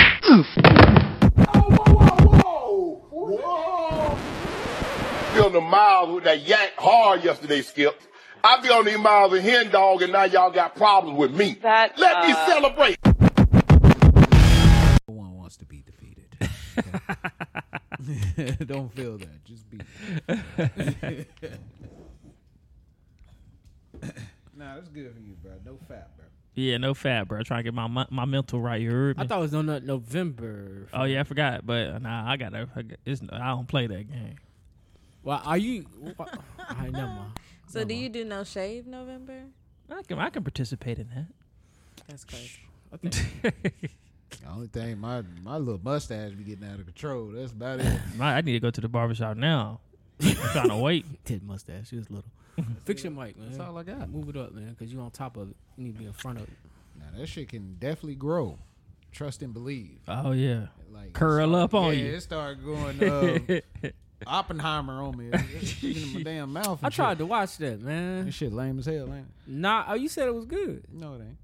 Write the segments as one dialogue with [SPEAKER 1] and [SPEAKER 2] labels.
[SPEAKER 1] truth.
[SPEAKER 2] Whoa, whoa, whoa. Feeling the miles with that yank hard yesterday, Skip. I be on these miles of hen dog, and now y'all got problems with me.
[SPEAKER 3] That,
[SPEAKER 2] Let me
[SPEAKER 3] uh,
[SPEAKER 2] celebrate.
[SPEAKER 4] No one wants to be defeated. Okay? Don't feel that. Just be. nah, that's good for you, bro. No fat, bro.
[SPEAKER 1] Yeah, no fat, bro. Trying to get my my, my mental right. You heard me?
[SPEAKER 5] I thought it was no, no, November.
[SPEAKER 1] oh yeah, I forgot. But nah, I gotta. I got- It's, I don't play that game.
[SPEAKER 5] Well, are you? wha- All right, never mind.
[SPEAKER 6] So do you do no shave November?
[SPEAKER 1] I can I can participate in that.
[SPEAKER 6] That's crazy.
[SPEAKER 4] The only thing my my little mustache be getting out of control. That's about it.
[SPEAKER 1] My, I need to go to the barbershop now. I'm trying to wait.
[SPEAKER 5] Tit mustache. She was little. Fix your mic, man.
[SPEAKER 4] That's all I got.
[SPEAKER 5] Move it up, man, because you on top of it. You need to be in front of it.
[SPEAKER 4] Now that shit can definitely grow. Trust and believe.
[SPEAKER 1] Oh yeah.
[SPEAKER 4] Like it
[SPEAKER 1] Curl
[SPEAKER 4] started-
[SPEAKER 1] up on
[SPEAKER 4] yeah,
[SPEAKER 1] you.
[SPEAKER 4] It started going uh, Oppenheimer on me. It's sticking in my damn mouth.
[SPEAKER 5] I tried to watch that, man.
[SPEAKER 4] This shit lame as hell, ain't it?
[SPEAKER 5] Nah, oh, you said it was good.
[SPEAKER 4] No, it ain't.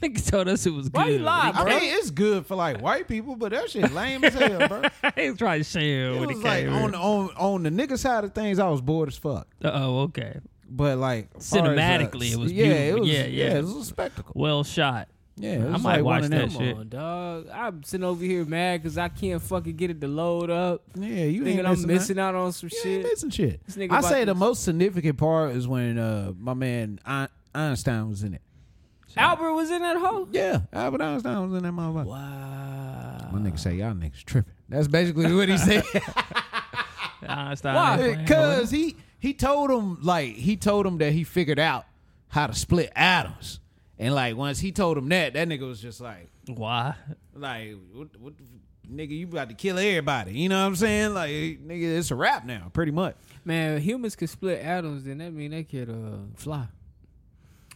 [SPEAKER 1] Nigga told us it was good.
[SPEAKER 5] Why you lie,
[SPEAKER 4] I
[SPEAKER 5] bro?
[SPEAKER 4] mean, it's good for like white people, but that shit lame as hell, bro.
[SPEAKER 1] he was trying to share
[SPEAKER 4] It
[SPEAKER 1] when
[SPEAKER 4] was
[SPEAKER 1] it
[SPEAKER 4] like
[SPEAKER 1] came.
[SPEAKER 4] on on on the nigga side of things, I was bored as fuck.
[SPEAKER 1] oh, okay.
[SPEAKER 4] But like far as, uh,
[SPEAKER 1] Cinematically, it was
[SPEAKER 4] yeah, it
[SPEAKER 1] beautiful.
[SPEAKER 4] was
[SPEAKER 1] Yeah, yeah.
[SPEAKER 4] it was a spectacle.
[SPEAKER 1] Well shot.
[SPEAKER 4] Yeah, it was
[SPEAKER 1] might
[SPEAKER 4] like
[SPEAKER 1] watch
[SPEAKER 4] one of
[SPEAKER 1] that
[SPEAKER 4] them.
[SPEAKER 1] shit.
[SPEAKER 5] Come on, dog. I'm sitting over here mad because I can't fucking get it to load up.
[SPEAKER 4] Yeah, you ain't
[SPEAKER 5] Thinking I'm
[SPEAKER 4] missing out.
[SPEAKER 5] missing out on some
[SPEAKER 4] Yeah,
[SPEAKER 5] shit.
[SPEAKER 4] he missing shit.
[SPEAKER 5] This nigga
[SPEAKER 4] I
[SPEAKER 5] about
[SPEAKER 4] say the
[SPEAKER 5] this-
[SPEAKER 4] most significant part is when uh, my man Ein- Einstein was in it.
[SPEAKER 5] Albert was in that hole.
[SPEAKER 4] Yeah, Albert Einstein was in that motherfucker.
[SPEAKER 5] Wow.
[SPEAKER 4] My nigga say y'all niggas tripping. That's basically what he said.
[SPEAKER 1] Einstein.
[SPEAKER 5] Why?
[SPEAKER 1] ain't playing.
[SPEAKER 4] Because he he told him like he told him that he figured out how to split atoms, and like once he told him that, that nigga was just like
[SPEAKER 1] Why?
[SPEAKER 4] like what, what the f- nigga you about to kill everybody. You know what I'm saying? Like nigga, it's a wrap now, pretty much.
[SPEAKER 5] Man, if humans could split atoms, then that mean they could uh, fly.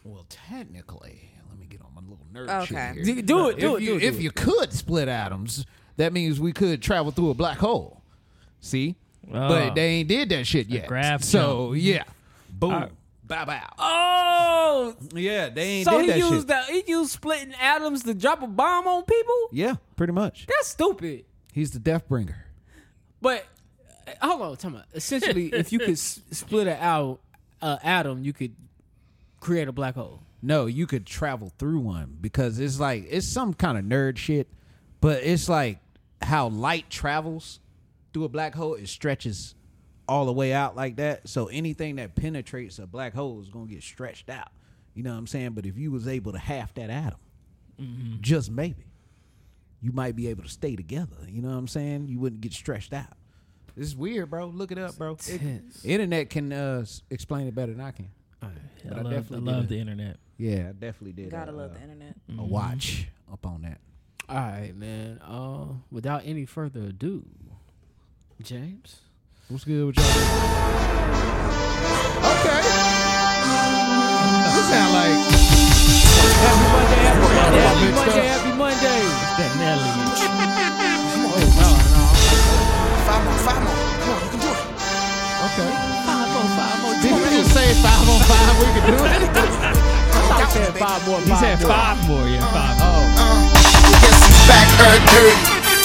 [SPEAKER 4] Well, technically, let me get on my little nerd
[SPEAKER 6] Okay.
[SPEAKER 4] shit here.
[SPEAKER 5] Do, do it, do
[SPEAKER 4] if
[SPEAKER 5] it,
[SPEAKER 4] you,
[SPEAKER 5] do it.
[SPEAKER 4] if
[SPEAKER 5] do it.
[SPEAKER 4] you could split atoms, that means we could travel through a black hole. See,
[SPEAKER 1] Oh.
[SPEAKER 4] but they ain't did that shit yet.
[SPEAKER 1] graph
[SPEAKER 4] so yeah, boom,
[SPEAKER 1] Alright.
[SPEAKER 4] bye bye.
[SPEAKER 5] Oh,
[SPEAKER 4] yeah, they ain't
[SPEAKER 5] so
[SPEAKER 4] did
[SPEAKER 5] he
[SPEAKER 4] that
[SPEAKER 5] used
[SPEAKER 4] shit.
[SPEAKER 5] that. He used splitting atoms to drop a bomb on people.
[SPEAKER 4] yeah, pretty much.
[SPEAKER 5] That's stupid.
[SPEAKER 4] He's the death bringer.
[SPEAKER 5] But uh, hold on, tell me. Essentially, if you could s- split an out uh, atom, you could create a black hole.
[SPEAKER 4] No, you could travel through one because it's like it's some kind of nerd shit, but it's like how light travels through a black hole. It stretches all the way out like that. So anything that penetrates a black hole is gonna get stretched out. You know what I'm saying? But if you was able to half that atom,
[SPEAKER 1] Mm-hmm.
[SPEAKER 4] just maybe, you might be able to stay together. You know what I'm saying? You wouldn't get stretched out. This is weird, bro. Look it up, bro. It-
[SPEAKER 5] intense.
[SPEAKER 4] internet can uh, s- explain it better than I can.
[SPEAKER 1] I
[SPEAKER 4] But I
[SPEAKER 1] love, I
[SPEAKER 4] definitely
[SPEAKER 1] love
[SPEAKER 4] did.
[SPEAKER 1] the internet.
[SPEAKER 4] Yeah, I definitely did.
[SPEAKER 6] Gotta
[SPEAKER 4] uh,
[SPEAKER 6] love the internet.
[SPEAKER 4] a watch up on that.
[SPEAKER 5] All right, man. Uh, without any further ado, James.
[SPEAKER 4] What's good with y'all? Okay. This sound like
[SPEAKER 5] Happy
[SPEAKER 4] Monday,
[SPEAKER 5] Monday, happy Monday.
[SPEAKER 1] That Nelly.
[SPEAKER 4] okay.
[SPEAKER 5] Five on five on
[SPEAKER 4] Did he
[SPEAKER 5] James.
[SPEAKER 4] just say five on five? We can do it.
[SPEAKER 5] I said five more.
[SPEAKER 1] He said
[SPEAKER 5] more.
[SPEAKER 1] five more. Yeah, five.
[SPEAKER 4] Oh.
[SPEAKER 1] more.
[SPEAKER 7] Yes, he's back, her dirty.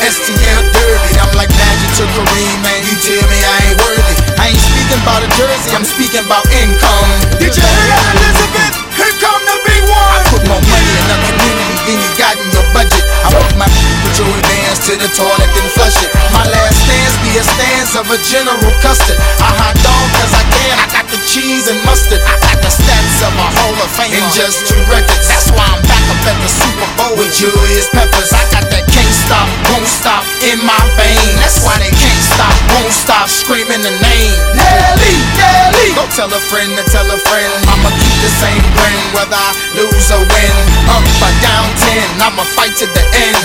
[SPEAKER 7] STL dirty. I'm like magic to Kareem, man. You tell me I ain't worthy. I ain't speaking about a jersey, I'm speaking about income. Did you hear Elizabeth? Here come the big one. I put more money in the community than you got in your budget. I walk my put your advance to the toilet, then flush it. My last stance be a stance of a general custard. I hot dog cause I can. I got the cheese and mustard. I got the stats of a Hall of Fame in just two records. That's why I'm back up at the Super Bowl with Julius Peppers. I got that can't stop, won't stop in my vein. That's why they can't stop, won't stop screaming the name. Nelly, Nelly. Go tell a friend to tell a friend. I'ma keep the same grin whether I lose or win. Up or down ten, I'ma fight to the end.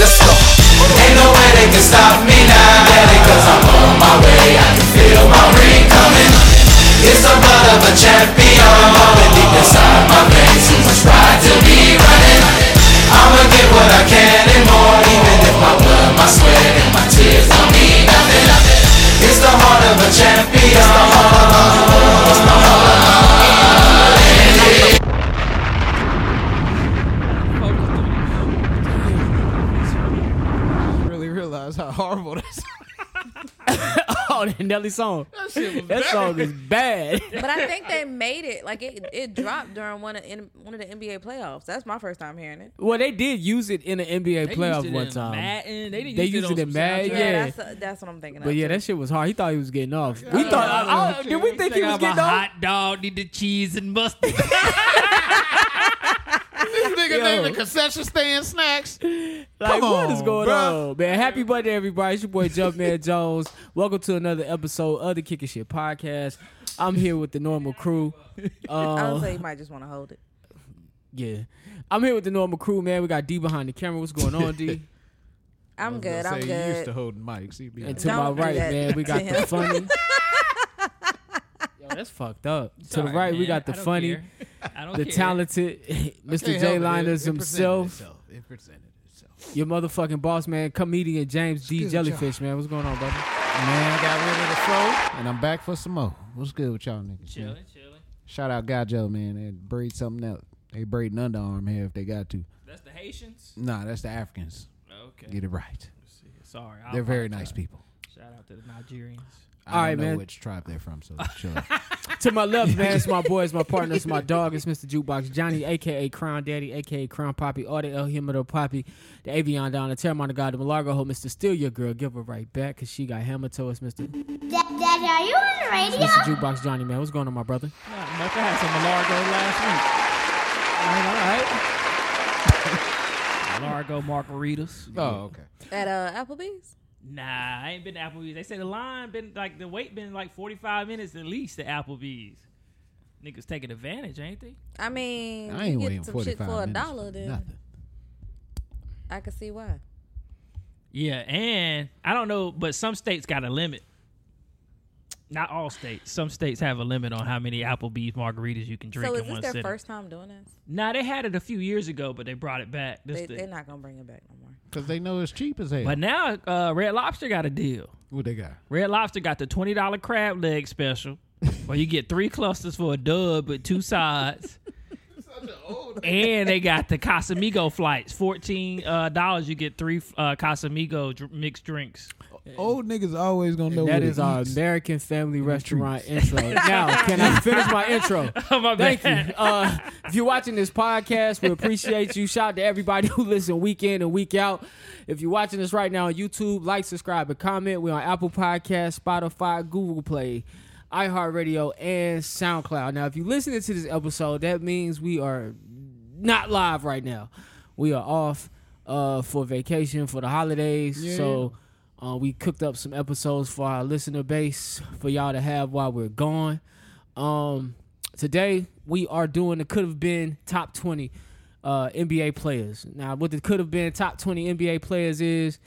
[SPEAKER 7] Let's go. Ain't no way they can stop me now. Daddy, cause I'm on my way. I can feel my ring coming. It's the blood of a champion. Bubbling deep inside my veins. Too much pride to be running. I'ma get what I can and more. Even if my blood, my sweat, and my tears don't mean nothing. It's the heart of a champion. It's the heart of a
[SPEAKER 1] Focus
[SPEAKER 4] how horrible that's.
[SPEAKER 5] oh, that Nelly song. That, song is bad.
[SPEAKER 6] But I think they made it. Like it, it dropped during one of in, one of the NBA playoffs. That's my first time hearing it.
[SPEAKER 5] well, they did use it in an NBA
[SPEAKER 1] They used
[SPEAKER 5] playoff
[SPEAKER 1] it
[SPEAKER 5] one
[SPEAKER 1] in
[SPEAKER 5] time.
[SPEAKER 1] Madden. They, didn't
[SPEAKER 5] They
[SPEAKER 1] use
[SPEAKER 5] used
[SPEAKER 1] it,
[SPEAKER 5] it
[SPEAKER 1] on some
[SPEAKER 5] in Madden,
[SPEAKER 1] soundtracks.
[SPEAKER 5] yeah.
[SPEAKER 6] that's that's what I'm thinking.
[SPEAKER 5] But
[SPEAKER 6] of
[SPEAKER 5] yeah,
[SPEAKER 6] too.
[SPEAKER 5] that shit was hard. He thought he was getting off. We thought. I, I, did we think he
[SPEAKER 1] Think
[SPEAKER 5] was
[SPEAKER 1] I'm a
[SPEAKER 5] getting off?
[SPEAKER 1] hot dog. Need the cheese and mustard.
[SPEAKER 3] This nigga named the concession stand snacks.
[SPEAKER 5] Like,
[SPEAKER 4] Come
[SPEAKER 5] what
[SPEAKER 4] on,
[SPEAKER 5] is going
[SPEAKER 4] bruh.
[SPEAKER 5] on, man? Happy birthday, everybody. It's your boy Jumpman Jones. Welcome to another episode of the Kicking Shit Podcast. I'm here with the normal crew.
[SPEAKER 6] I would
[SPEAKER 5] Um,
[SPEAKER 6] say you might just want to hold it.
[SPEAKER 5] yeah. I'm here with the normal crew, man. We got D behind the camera. What's going on, D?
[SPEAKER 6] I'm good. I'm
[SPEAKER 4] You used to
[SPEAKER 6] good.
[SPEAKER 4] holding mics. He be
[SPEAKER 5] And
[SPEAKER 4] like,
[SPEAKER 5] to my
[SPEAKER 6] Don't do
[SPEAKER 5] right,
[SPEAKER 6] that
[SPEAKER 5] man, we got
[SPEAKER 6] to
[SPEAKER 5] the
[SPEAKER 6] him.
[SPEAKER 5] funny. Yo, that's fucked up. to the
[SPEAKER 1] Sorry,
[SPEAKER 5] right, we
[SPEAKER 1] man.
[SPEAKER 5] got the
[SPEAKER 1] I don't
[SPEAKER 5] funny,
[SPEAKER 1] care. I don't
[SPEAKER 5] the
[SPEAKER 1] care.
[SPEAKER 5] talented Mr.
[SPEAKER 3] Can't help
[SPEAKER 5] J
[SPEAKER 3] it. It-
[SPEAKER 5] Liners
[SPEAKER 3] it presented
[SPEAKER 5] himself,
[SPEAKER 3] itself. It presented itself.
[SPEAKER 5] your motherfucking boss, man, comedian James D. Jellyfish, man. What's going on, brother?
[SPEAKER 3] Man, I got rid of the flow.
[SPEAKER 4] and I'm back for some more. What's good with y'all niggas? man?
[SPEAKER 1] Chilling, chilling.
[SPEAKER 4] Shout out God Joe, man. They braid something out. They braid an underarm hair if they got to.
[SPEAKER 1] That's the Haitians.
[SPEAKER 4] Nah, that's the Africans.
[SPEAKER 1] Okay.
[SPEAKER 4] Get it right.
[SPEAKER 1] Sorry. I
[SPEAKER 4] They're very nice
[SPEAKER 1] apologize.
[SPEAKER 4] people.
[SPEAKER 1] Shout out to the Nigerians.
[SPEAKER 4] I
[SPEAKER 5] All
[SPEAKER 4] don't
[SPEAKER 5] right,
[SPEAKER 4] know
[SPEAKER 5] man.
[SPEAKER 4] which tribe they're from, so chill.
[SPEAKER 5] To my left, man, it's my boy, it's my partner, it's my dog, it's Mr. Jukebox Johnny, aka Crown Daddy, aka Crown Poppy, all the El Himido Poppy, the Avion Down, the Terramon God, the Malaga Ho, Mr. Steal Your Girl, give her right back, cause she got hammer toe. It's Mr.
[SPEAKER 8] Dad, Dad, are you on the radio?
[SPEAKER 5] Mr. Jukebox Johnny, man. What's going on, my brother?
[SPEAKER 1] Not much. I had some Malargo last week.
[SPEAKER 5] All
[SPEAKER 1] Malargo margaritas.
[SPEAKER 4] oh, okay.
[SPEAKER 6] At uh, Applebee's.
[SPEAKER 1] Nah, I ain't been to Applebee's. They say the line been like the wait been like forty five minutes at least to Applebee's. Niggas taking advantage, ain't they?
[SPEAKER 6] I mean,
[SPEAKER 4] I ain't
[SPEAKER 6] you
[SPEAKER 4] waiting
[SPEAKER 6] get some shit
[SPEAKER 4] 45
[SPEAKER 6] for a
[SPEAKER 4] minutes
[SPEAKER 6] dollar. Then
[SPEAKER 4] nothing.
[SPEAKER 6] I can see why.
[SPEAKER 1] Yeah, and I don't know, but some states got a limit. Not all states. Some states have a limit on how many Applebee's margaritas you can drink
[SPEAKER 6] So
[SPEAKER 1] in
[SPEAKER 6] is this
[SPEAKER 1] one
[SPEAKER 6] their
[SPEAKER 1] sitting.
[SPEAKER 6] first time doing this?
[SPEAKER 1] Nah, they had it a few years ago, but they brought it back. This
[SPEAKER 6] They,
[SPEAKER 1] the-
[SPEAKER 6] they're not gonna bring it back no more.
[SPEAKER 4] Because they know it's cheap as hell.
[SPEAKER 1] but now uh, Red Lobster got a deal.
[SPEAKER 4] what they got?
[SPEAKER 1] Red Lobster got the twenty dollar crab leg special, where you get three clusters for a dub with two sides. and they got the Casamigo flights, fourteen dollars. You get three uh, Casamigo dr- mixed drinks.
[SPEAKER 4] Old niggas always gonna know
[SPEAKER 5] right. That
[SPEAKER 4] what
[SPEAKER 5] is
[SPEAKER 4] it
[SPEAKER 5] our
[SPEAKER 4] eats.
[SPEAKER 5] American Family Restaurant intro. Now, can I finish my intro?
[SPEAKER 1] My
[SPEAKER 5] Thank you.
[SPEAKER 1] bad.
[SPEAKER 5] Uh, if you're watching this podcast, we appreciate you. Shout out to everybody who listen week in and week out. If you're watching this right now on YouTube, like, subscribe, and comment. We're on Apple Podcasts, Spotify, Google Play, iHeartRadio, and SoundCloud. Now, if you're listening to this episode, that means we are not live right now. We are off uh, for vacation for the holidays. so uh, we cooked up some episodes for our listener base for y'all to have while we're gone. Um, today we are doing the could have been top twenty uh, NBA players. Now, what the could have been top twenty NBA players is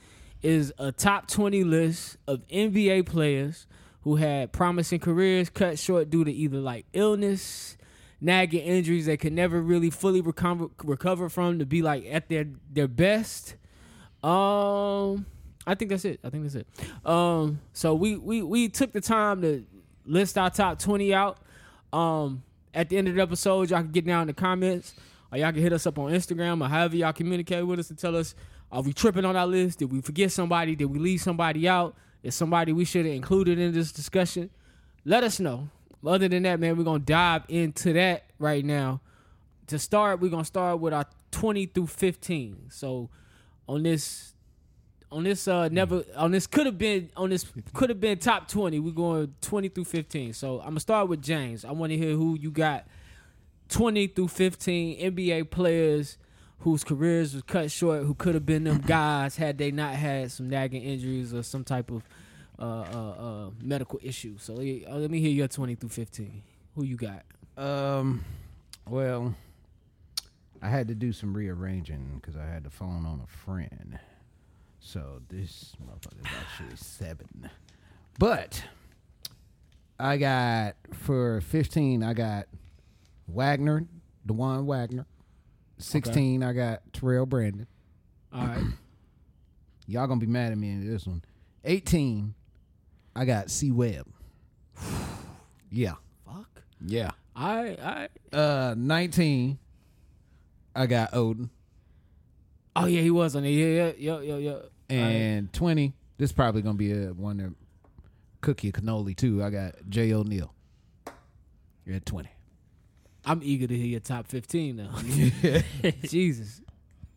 [SPEAKER 5] is a top twenty list of NBA players who had promising careers cut short due to either like illness, nagging injuries they could never really fully recover recover from to be like at their their best. Um, I think that's it. I think that's it. Um, so we we we took the time to list our top twenty out. Um, at the end of the episode, y'all can get down in the comments, or y'all can hit us up on Instagram, or however y'all communicate with us and tell us are we tripping on our list? Did we forget somebody? Did we leave somebody out? Is somebody we should have included in this discussion? Let us know. Other than that, man, we're gonna dive into that right now to start, we're gonna start with our twenty through fifteen. So on this on this uh never on this could have been on this could have been top twenty. We're going twenty through fifteen. So I'm gonna start with James. I wanna hear who you got twenty through fifteen NBA players whose careers was cut short, who could have been them guys had they not had some nagging injuries or some type of uh, uh, uh, medical issue. So let me- uh, let me hear your twenty through fifteen. Who you got?
[SPEAKER 4] Um, well, I had to do some rearranging because I had to phone on a friend. So this motherfucker is actually seven. But I got for fifteen. I got Wagner, Dewan Wagner. Sixteen. I got Terrell Brandon.
[SPEAKER 5] All right.
[SPEAKER 4] Y'all gonna be mad at me in this one. Eighteen. I got C Webb. yeah.
[SPEAKER 5] Fuck.
[SPEAKER 4] Yeah.
[SPEAKER 5] All right, all right.
[SPEAKER 4] Uh, 19. I got Odin.
[SPEAKER 5] Oh yeah, he was on it. Yeah, yeah, yeah, yeah, yeah.
[SPEAKER 4] And 20. This probably gonna be a one that cookie or cannoli too. I got J O'Neal. You're at twenty.
[SPEAKER 5] I'm eager to hear your top 15 now. Jesus.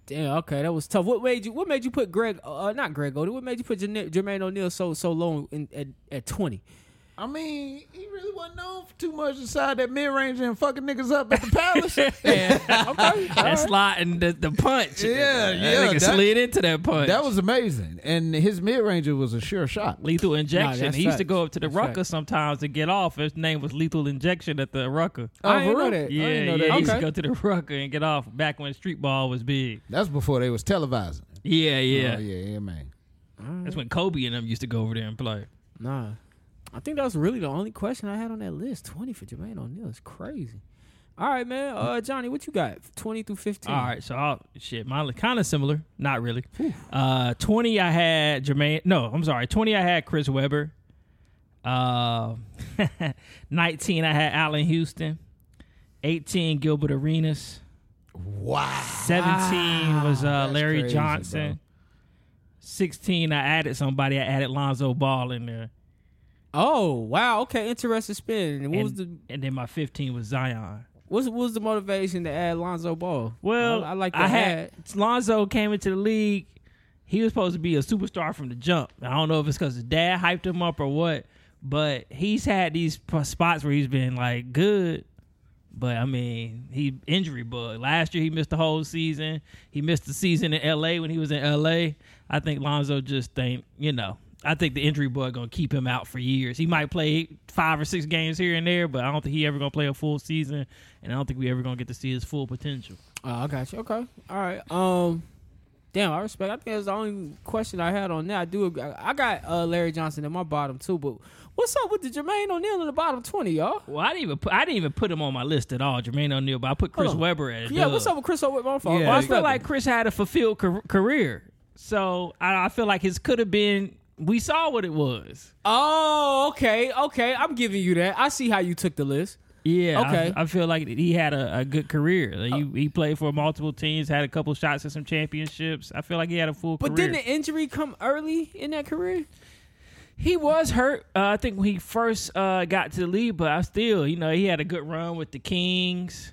[SPEAKER 5] Damn. Okay, that was tough. What made you? What made you put Greg? Uh, not Greg Oden. What made you put Jane- Jermaine O'Neal so so low in, at at 20?
[SPEAKER 4] I mean, he really wasn't known for too much inside that mid range and fucking niggas up at the palace. yeah,
[SPEAKER 1] That slide and the, the punch.
[SPEAKER 4] Yeah,
[SPEAKER 1] that
[SPEAKER 4] yeah,
[SPEAKER 1] Nigga
[SPEAKER 4] that-
[SPEAKER 1] slid into that punch.
[SPEAKER 4] that was amazing. And his mid ranger was a sure shot.
[SPEAKER 1] lethal
[SPEAKER 5] Nah,
[SPEAKER 1] injection.
[SPEAKER 5] that's
[SPEAKER 1] he used to
[SPEAKER 5] facts.
[SPEAKER 1] go up to the
[SPEAKER 5] That's
[SPEAKER 1] rucker
[SPEAKER 5] facts.
[SPEAKER 1] sometimes to get off. His name was lethal injection at the rucker.
[SPEAKER 4] Oh,
[SPEAKER 5] I
[SPEAKER 4] for
[SPEAKER 5] ain't know
[SPEAKER 4] real?
[SPEAKER 5] that. I
[SPEAKER 1] yeah, yeah.
[SPEAKER 5] didn't know that.
[SPEAKER 1] He used
[SPEAKER 5] Okay.
[SPEAKER 1] to go to the rucker and get off back when street ball was big.
[SPEAKER 4] That's before they was televising.
[SPEAKER 1] Yeah, yeah.
[SPEAKER 4] Oh, yeah, yeah, man.
[SPEAKER 1] That's when Kobe and them used to go over there and play.
[SPEAKER 5] Nah. I think that was really the only question I had on that list. 20 for Jermaine O'Neal is crazy. All right, man. Uh, Johnny, what you got? 20 through 15.
[SPEAKER 1] All right, so I'll, shit, mine kind of similar, not really. Uh, twenty, I had Jermaine. No, I'm sorry, twenty, I had Chris Webber. Uh, nineteen, I had Allen Houston. Eighteen, Gilbert Arenas. Wow. Seventeen was uh, Larry
[SPEAKER 4] crazy,
[SPEAKER 1] Johnson. Sixteen, I added somebody. I added Lonzo Ball in there,
[SPEAKER 5] Oh, wow. Okay, interesting spin. And what was
[SPEAKER 1] and,
[SPEAKER 5] the
[SPEAKER 1] and then my fifteen was Zion.
[SPEAKER 5] what's what was the motivation to add Lonzo Ball?
[SPEAKER 1] Well,
[SPEAKER 5] I, I like that.
[SPEAKER 1] I had Lonzo came into the league. He was supposed to be a superstar from the jump. I don't know if it's because his dad hyped him up or what, but he's had these p- spots where he's been like good. But I mean, he injury bug. Last year he missed the whole season. He missed the season in L.A. when he was in L.A. I think Lonzo just think you know. I think the injury bug gonna keep him out for years. He might play five or six games here and there, but I don't think he ever gonna play a full season, and I don't think we ever gonna get to see his full potential.
[SPEAKER 5] Oh, I got you. Okay. All right. Um, damn, I respect. I think that's the only question I had on that. I do. ag- I got uh, Larry Johnson in my bottom too. But what's up with the Jermaine O'Neal in the bottom twenty, y'all?
[SPEAKER 1] Well, I didn't even put, I didn't even put him on my list at all, Jermaine O'Neal. But I put Chris
[SPEAKER 5] Hold on.
[SPEAKER 1] Webber at it.
[SPEAKER 5] Yeah. What's up with Chris Owen? My fault.
[SPEAKER 4] Yeah.
[SPEAKER 1] Well, I
[SPEAKER 4] you
[SPEAKER 1] feel like Chris had a fulfilled car- career, so I, I feel like his could have been. We saw what it was.
[SPEAKER 5] Oh, okay, okay. I'm giving you that. I see how you took the list.
[SPEAKER 1] Yeah. I-
[SPEAKER 5] Okay. Uh,
[SPEAKER 1] I, feel like he had a, a good career. Like, he, he played for multiple teams, had a couple shots at some championships. I feel like he had a full
[SPEAKER 5] But
[SPEAKER 1] career.
[SPEAKER 5] didn't the injury come early in that career?
[SPEAKER 1] He was hurt. Uh, I think when he first uh, got to the league, but I still, you know, he had a good run with the Kings.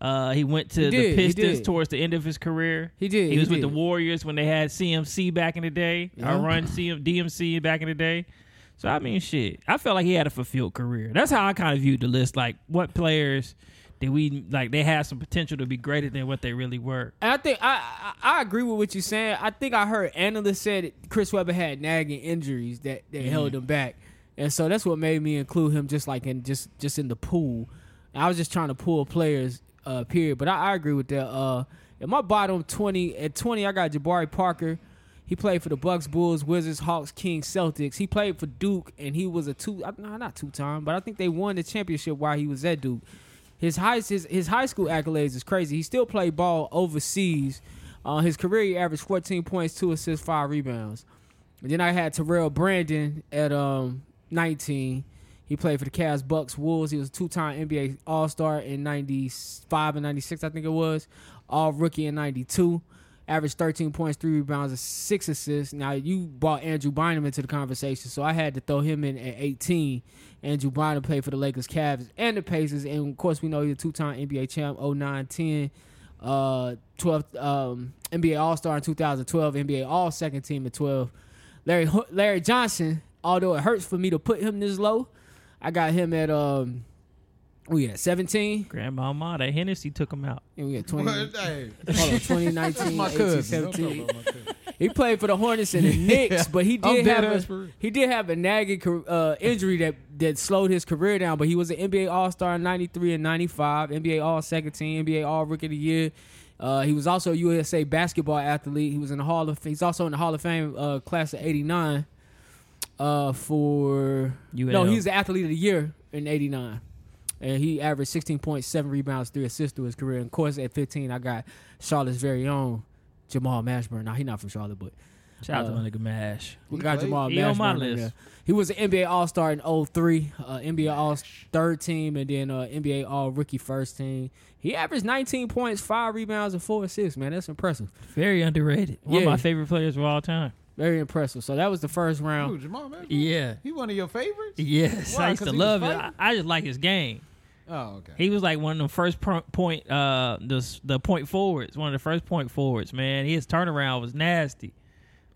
[SPEAKER 1] Uh, he went to
[SPEAKER 5] did, he
[SPEAKER 1] the Pistons
[SPEAKER 5] did.
[SPEAKER 1] towards the end of his career.
[SPEAKER 5] He did,
[SPEAKER 1] He,
[SPEAKER 5] he
[SPEAKER 1] was with
[SPEAKER 5] did.
[SPEAKER 1] the Warriors when they had CMC back in the day.
[SPEAKER 5] Yeah.
[SPEAKER 1] I run CM, DMC back in the day. So I mean, shit. I felt like he had a fulfilled career. That's how I kind of viewed the list. Like, what players did we like? They had some potential to be greater than what they really were.
[SPEAKER 5] And I think I, I I agree with what you're saying. I think I heard analysts said it, Chris Webber had nagging injuries that that held him back, and so that's what made me include him just like in just just in the pool. And I was just trying to pull players, uh, period. But I, I agree with that. Uh, in my bottom twenty at twenty, I got Jabari Parker. He played for the Bucks, Bulls, Wizards, Hawks, Kings, Celtics. He played for Duke, and he was a two, uh, nah, not two time, but I think they won the championship while he was at Duke. His high his, his high school accolades is crazy. He still played ball overseas. Uh, his career he averaged 14 points, two assists, five rebounds. And then I had Terrell Brandon at um 19. He played for the Cavs, Bucks, Wolves. He was a two-time NBA All-Star in 95 and 96, I think it was. All rookie in 92. Averaged 13 points, three rebounds, and six assists. Now you brought Andrew Bynum into the conversation, so I had to throw him in at 18. Andrew Bynum played for the Lakers, Cavs, and the Pacers, and of course we know he's a two-time NBA champ, 09-10 uh 12 um NBA All-Star in 2012, NBA All Second Team in 12. Larry Ho- Larry Johnson, although it hurts for me to put him this low, I got him at um oh yeah, 17
[SPEAKER 1] Grandma, Ma, that Hennessy took him out.
[SPEAKER 5] and we got 20 hold on,
[SPEAKER 3] Hey,
[SPEAKER 5] 2019
[SPEAKER 4] My
[SPEAKER 5] 18,
[SPEAKER 4] cousin. Don't
[SPEAKER 5] 17.
[SPEAKER 4] talk about my cousin.
[SPEAKER 5] He played for the Hornets and the Knicks, but he
[SPEAKER 4] I'm
[SPEAKER 5] did
[SPEAKER 4] dead ass
[SPEAKER 5] have
[SPEAKER 4] for
[SPEAKER 5] a,
[SPEAKER 4] real.
[SPEAKER 5] he did have a nagging car- uh, injury that that slowed his career down. But he was an NBA All Star in '93 and '95, NBA All Second Team, NBA All Rookie of the Year. Uh, he was also a USA basketball athlete. He was in the Hall of He's also in the Hall of Fame uh, class of '89 uh, for no,
[SPEAKER 1] UNL.
[SPEAKER 5] he was the athlete of the year in '89, and he averaged 16.7 rebounds, three assists through his career. And of course, at 15, I got Charlotte's very own Jamal Mashburn. Now he not from Charlotte, but
[SPEAKER 1] Shout
[SPEAKER 5] Uh.
[SPEAKER 1] out to my nigga Mash.
[SPEAKER 5] we got Jamal
[SPEAKER 1] He on my
[SPEAKER 5] Mashburn in
[SPEAKER 1] list.
[SPEAKER 5] there. He was an NBA All Star in 03, uh, NBA All Third Team, and then uh, NBA All Rookie First Team. He averaged 19 points, five rebounds, and four assists. Man, that's impressive.
[SPEAKER 1] Very underrated. One
[SPEAKER 5] Yeah.
[SPEAKER 1] of my favorite players of all time.
[SPEAKER 5] Very impressive. So that was the first
[SPEAKER 3] Ooh,
[SPEAKER 5] round.
[SPEAKER 3] Jamal, man.
[SPEAKER 1] Yeah.
[SPEAKER 3] He one of your favorites?
[SPEAKER 1] Yes,
[SPEAKER 3] Why?
[SPEAKER 1] I used
[SPEAKER 3] 'Cause
[SPEAKER 1] to
[SPEAKER 3] he was
[SPEAKER 1] love it. I,
[SPEAKER 3] fighting?
[SPEAKER 1] I just like his game.
[SPEAKER 3] Oh, okay.
[SPEAKER 1] He was like one of the first pro- point, uh, the s- the point forwards. One of the first point forwards. Man, his turnaround was nasty.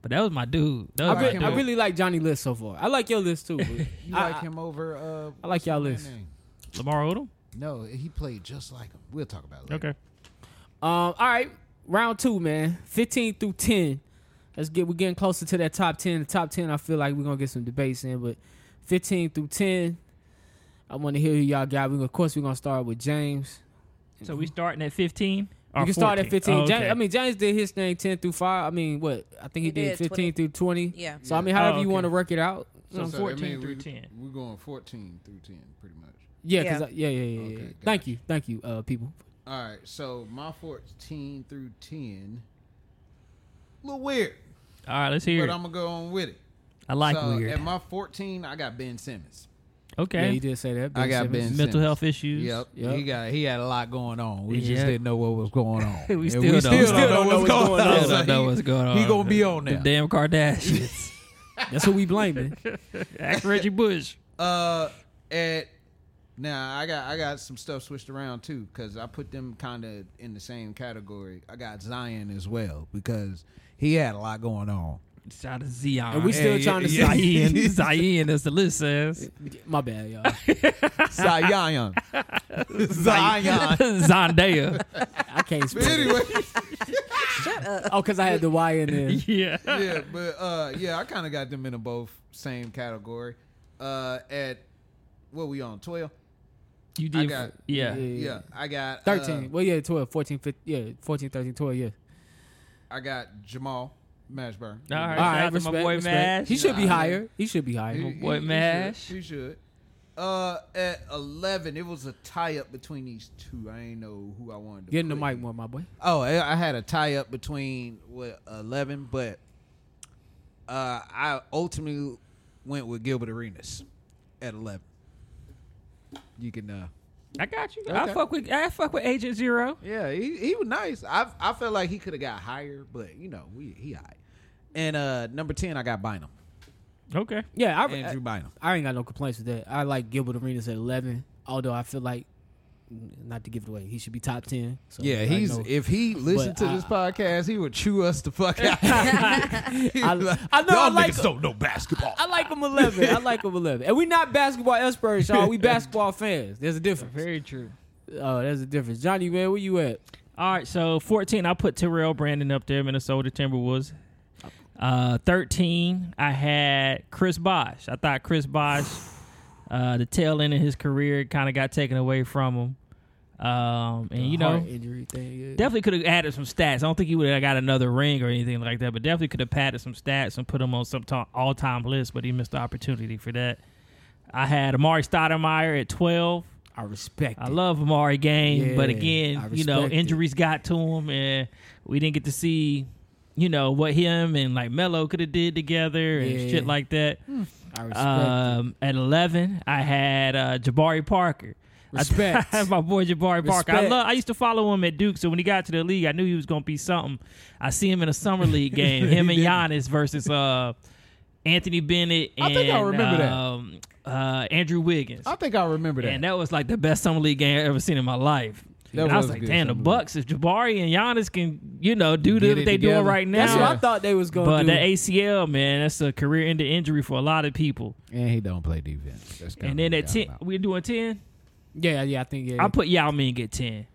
[SPEAKER 1] But that was my dude. That was
[SPEAKER 5] I,
[SPEAKER 1] my
[SPEAKER 5] re-
[SPEAKER 1] dude.
[SPEAKER 5] I really like Johnny List so far. I like your list too. but
[SPEAKER 3] You
[SPEAKER 5] I-
[SPEAKER 3] like him over. Uh,
[SPEAKER 5] I like
[SPEAKER 3] what's
[SPEAKER 5] y'all
[SPEAKER 3] the man
[SPEAKER 5] list.
[SPEAKER 3] name?
[SPEAKER 1] Lamar Odom.
[SPEAKER 3] No, he played just like him. We'll talk about it. Later.
[SPEAKER 1] Okay.
[SPEAKER 5] Um, all right, round two, man. Fifteen through ten. Let's get we're getting closer to that top ten. The top ten, I feel like we're gonna get some debates in, but fifteen through ten. I want to hear who y'all got. We gonna- of course we're gonna start with James.
[SPEAKER 1] So we starting at fifteen.
[SPEAKER 3] Uh,
[SPEAKER 5] You can start at
[SPEAKER 3] Oh,
[SPEAKER 1] Oh,
[SPEAKER 5] fifteen. James, I mean James did his thing ten through five. I mean what? I think he,
[SPEAKER 6] He
[SPEAKER 5] did,
[SPEAKER 6] did
[SPEAKER 5] fifteen
[SPEAKER 6] 20.
[SPEAKER 5] through twenty.
[SPEAKER 6] Yeah.
[SPEAKER 5] So I mean
[SPEAKER 1] Yeah.
[SPEAKER 5] however
[SPEAKER 1] Oh,
[SPEAKER 5] you
[SPEAKER 1] okay.
[SPEAKER 5] want to work it out.
[SPEAKER 1] So
[SPEAKER 3] So that
[SPEAKER 1] 14
[SPEAKER 3] mean
[SPEAKER 1] through
[SPEAKER 3] we-
[SPEAKER 1] 10.
[SPEAKER 3] We're going 14 through 10, pretty much.
[SPEAKER 5] Yeah, 'cause
[SPEAKER 6] Yeah.
[SPEAKER 5] I- yeah, yeah, yeah. yeah.
[SPEAKER 3] Okay,
[SPEAKER 5] Thank
[SPEAKER 3] gotcha.
[SPEAKER 5] you, thank you, uh, people.
[SPEAKER 3] All right, so my 14 through 10, a little weird,
[SPEAKER 1] all right, let's hear
[SPEAKER 3] but
[SPEAKER 1] it.
[SPEAKER 3] I'm going to go on with it.
[SPEAKER 1] I like
[SPEAKER 3] so
[SPEAKER 1] weird.
[SPEAKER 3] at my 14, I got Ben Simmons.
[SPEAKER 1] okay.
[SPEAKER 5] Yeah, you did say that.
[SPEAKER 3] I got
[SPEAKER 5] Simmons.
[SPEAKER 3] Ben.
[SPEAKER 1] Mental
[SPEAKER 3] Simmons.
[SPEAKER 1] health issues.
[SPEAKER 3] Yep.
[SPEAKER 5] Yep.
[SPEAKER 3] He got he had a lot going on. We
[SPEAKER 1] Yeah.
[SPEAKER 3] just didn't know what was going on.
[SPEAKER 1] We
[SPEAKER 3] And
[SPEAKER 1] still
[SPEAKER 3] we
[SPEAKER 1] don't.
[SPEAKER 3] still
[SPEAKER 1] Still
[SPEAKER 3] don't
[SPEAKER 5] don't
[SPEAKER 3] know what's going on.
[SPEAKER 1] I
[SPEAKER 3] Oh, So
[SPEAKER 1] don't know
[SPEAKER 3] he-
[SPEAKER 1] what's going on.
[SPEAKER 3] He going to be on
[SPEAKER 1] The
[SPEAKER 3] there.
[SPEAKER 1] damn Kardashians.
[SPEAKER 5] That's who we blaming.
[SPEAKER 1] Ask Reggie Bush.
[SPEAKER 3] Uh, at now I got I got some stuff switched around too because I put them kind of in the same category. I got Zion as well because he had a lot going on.
[SPEAKER 1] Shout out to Zion.
[SPEAKER 5] And we still trying to
[SPEAKER 3] yeah,
[SPEAKER 5] say
[SPEAKER 1] Zion. Zion, as the list says.
[SPEAKER 5] my bad, y'all.
[SPEAKER 3] Zion, Zion.
[SPEAKER 1] Zondaya.
[SPEAKER 5] I can't
[SPEAKER 3] but
[SPEAKER 5] speak.
[SPEAKER 3] anyway,
[SPEAKER 5] Oh, because I had the Y in there.
[SPEAKER 1] Yeah.
[SPEAKER 3] yeah, but uh, yeah, I kind of got them in a both same category. Uh, at what we on twelve?
[SPEAKER 1] You
[SPEAKER 3] I
[SPEAKER 1] did.
[SPEAKER 3] got-
[SPEAKER 1] yeah.
[SPEAKER 5] yeah.
[SPEAKER 3] Yeah, I got uh,
[SPEAKER 5] 13. well, yeah, 12, 14, 15, yeah, 14, 13, 12, yeah.
[SPEAKER 3] I got Jamal Mashburn.
[SPEAKER 1] All right.
[SPEAKER 5] All right,
[SPEAKER 1] shout out to
[SPEAKER 5] respect,
[SPEAKER 1] my boy
[SPEAKER 5] respect.
[SPEAKER 1] Mash.
[SPEAKER 5] He should be
[SPEAKER 3] Nah.
[SPEAKER 5] higher. He should be higher.
[SPEAKER 1] He- boy Mash.
[SPEAKER 3] Should, he should. Uh, at eleven, it was a tie up between these two. I ain't know who I wanted. to
[SPEAKER 5] Get in the
[SPEAKER 3] put.
[SPEAKER 5] mic more, my boy.
[SPEAKER 3] Oh, I I had a tie up between what eleven, but uh, I ultimately went with Gilbert Arenas at eleven. You can. Uh,
[SPEAKER 1] I got you. I
[SPEAKER 3] Okay.
[SPEAKER 1] fuck with I fuck with Agent Zero.
[SPEAKER 3] yeah, he, he was nice. I I felt like he could have got higher, but you know we he high. And uh, number ten, I got Bynum,
[SPEAKER 1] Okay.
[SPEAKER 5] Yeah, I, I,
[SPEAKER 3] Andrew Bynum.
[SPEAKER 5] I ain't got no complaints with that. I like Gilbert Arenas at 11, although I feel like, not to give it away, he should be top 10. So
[SPEAKER 3] Yeah,
[SPEAKER 5] I
[SPEAKER 3] he's
[SPEAKER 5] know-
[SPEAKER 3] if he listened to
[SPEAKER 5] But I-
[SPEAKER 3] this podcast, he would chew us the fuck out. He
[SPEAKER 5] I,
[SPEAKER 3] was like,
[SPEAKER 5] I know I
[SPEAKER 3] "Y'all
[SPEAKER 5] like
[SPEAKER 3] niggas don't know basketball.
[SPEAKER 5] I like him 11. I like him 11. And we not basketball experts, y'all. We basketball fans. There's a difference.
[SPEAKER 1] Very true.
[SPEAKER 5] Oh, there's a difference. Johnny, man, where you at?
[SPEAKER 1] All right, so 14, I put Terrell Brandon up there, Minnesota Timberwolves. Uh, 13, I had Chris Bosh. I thought Chris Bosh, uh, the tail end of his career, kind of got taken away from him. Um, and, you know,
[SPEAKER 5] Heart injury thing. yeah.
[SPEAKER 1] definitely could have added some stats. I don't think he would have got another ring or anything like that, but definitely could have padded some stats and put him on some all time list, but he missed the opportunity for that. I had Amari Stoudemire at 12.
[SPEAKER 5] I respect.
[SPEAKER 1] I
[SPEAKER 5] it.
[SPEAKER 1] love Amari game, but
[SPEAKER 5] Yeah, I
[SPEAKER 1] again, you know,
[SPEAKER 5] respect it.
[SPEAKER 1] injuries got to him, and we didn't get to see, you know, what him and like Melo could have did together and
[SPEAKER 5] Yeah.
[SPEAKER 1] shit like that.
[SPEAKER 5] I respect.
[SPEAKER 1] Um, at eleven, I had uh, Jabari Parker.
[SPEAKER 5] Respect.
[SPEAKER 1] I had my boy Jabari Parker. I
[SPEAKER 5] Respect.
[SPEAKER 1] love. I used to follow him at Duke, so when he got to the league, I knew he was going to be something. I see him in a summer league game, him and Giannis versus uh, Anthony Bennett. And,
[SPEAKER 3] I think I remember that.
[SPEAKER 1] um, Uh, Andrew Wiggins.
[SPEAKER 3] I think I remember that.
[SPEAKER 1] And that was like the best summer league game I ever seen in my life.
[SPEAKER 3] That
[SPEAKER 1] and I was
[SPEAKER 3] was
[SPEAKER 1] like,
[SPEAKER 3] good
[SPEAKER 1] damn, the
[SPEAKER 3] summer league.
[SPEAKER 1] Bucks, if Jabari and Giannis can, you know, do
[SPEAKER 3] Get
[SPEAKER 1] the,
[SPEAKER 3] it
[SPEAKER 1] what they
[SPEAKER 3] together.
[SPEAKER 1] doing right now.
[SPEAKER 5] That's what I
[SPEAKER 3] Yeah.
[SPEAKER 5] thought they was
[SPEAKER 1] But
[SPEAKER 5] gonna
[SPEAKER 1] that
[SPEAKER 5] do.
[SPEAKER 1] ACL, man, that's a career ending injury for a lot of people.
[SPEAKER 3] and he don't play defense. That's
[SPEAKER 1] and then at 10, we're doing 10.
[SPEAKER 5] Yeah, yeah, I think yeah.
[SPEAKER 1] I put Yao Ming at 10.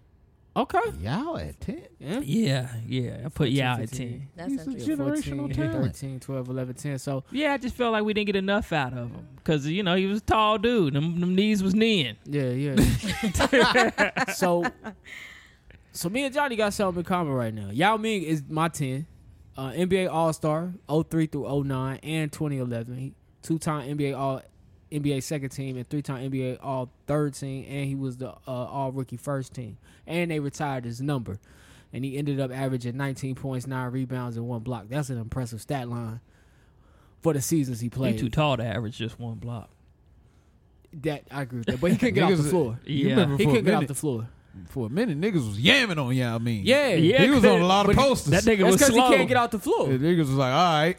[SPEAKER 5] okay.
[SPEAKER 3] y'all at ten.
[SPEAKER 1] Yeah, yeah. I put Yao at 10.
[SPEAKER 6] That's
[SPEAKER 3] He's a
[SPEAKER 6] interesting.
[SPEAKER 3] generational
[SPEAKER 5] 14,
[SPEAKER 3] talent.
[SPEAKER 5] 13, 12, 11, 10. So
[SPEAKER 1] Yeah, I just felt like we didn't get enough out of him. Because, you know, he was a tall dude. Them, them knees was kneeing.
[SPEAKER 5] yeah, yeah. so so me and Johnny got something in common right now. Yao Ming is my 10. Uh, NBA All Star 03 through 09 and 2011. Two time NBA All NBA second team and three time NBA All third team. And he was the uh, All Rookie first team. And they retired his number. And he ended up averaging 19 points, nine rebounds, and one block. That's an impressive stat line for the seasons he
[SPEAKER 1] He
[SPEAKER 5] played.
[SPEAKER 1] too tall to average just one block.
[SPEAKER 5] That I agree with that. But he couldn't get off the
[SPEAKER 3] Niggas-
[SPEAKER 5] floor.
[SPEAKER 1] Yeah.
[SPEAKER 3] remember
[SPEAKER 5] He
[SPEAKER 3] for a
[SPEAKER 5] couldn't get off
[SPEAKER 3] minute.
[SPEAKER 5] the floor.
[SPEAKER 4] for a minute, niggas was yamming on Yao Ming.
[SPEAKER 5] Yeah.
[SPEAKER 1] Yeah,
[SPEAKER 4] he was on a lot of
[SPEAKER 1] but
[SPEAKER 4] posters.
[SPEAKER 1] That nigga
[SPEAKER 5] That's
[SPEAKER 1] was
[SPEAKER 5] because he
[SPEAKER 1] slow.
[SPEAKER 5] can't get out the floor.
[SPEAKER 4] The niggas was like, all right,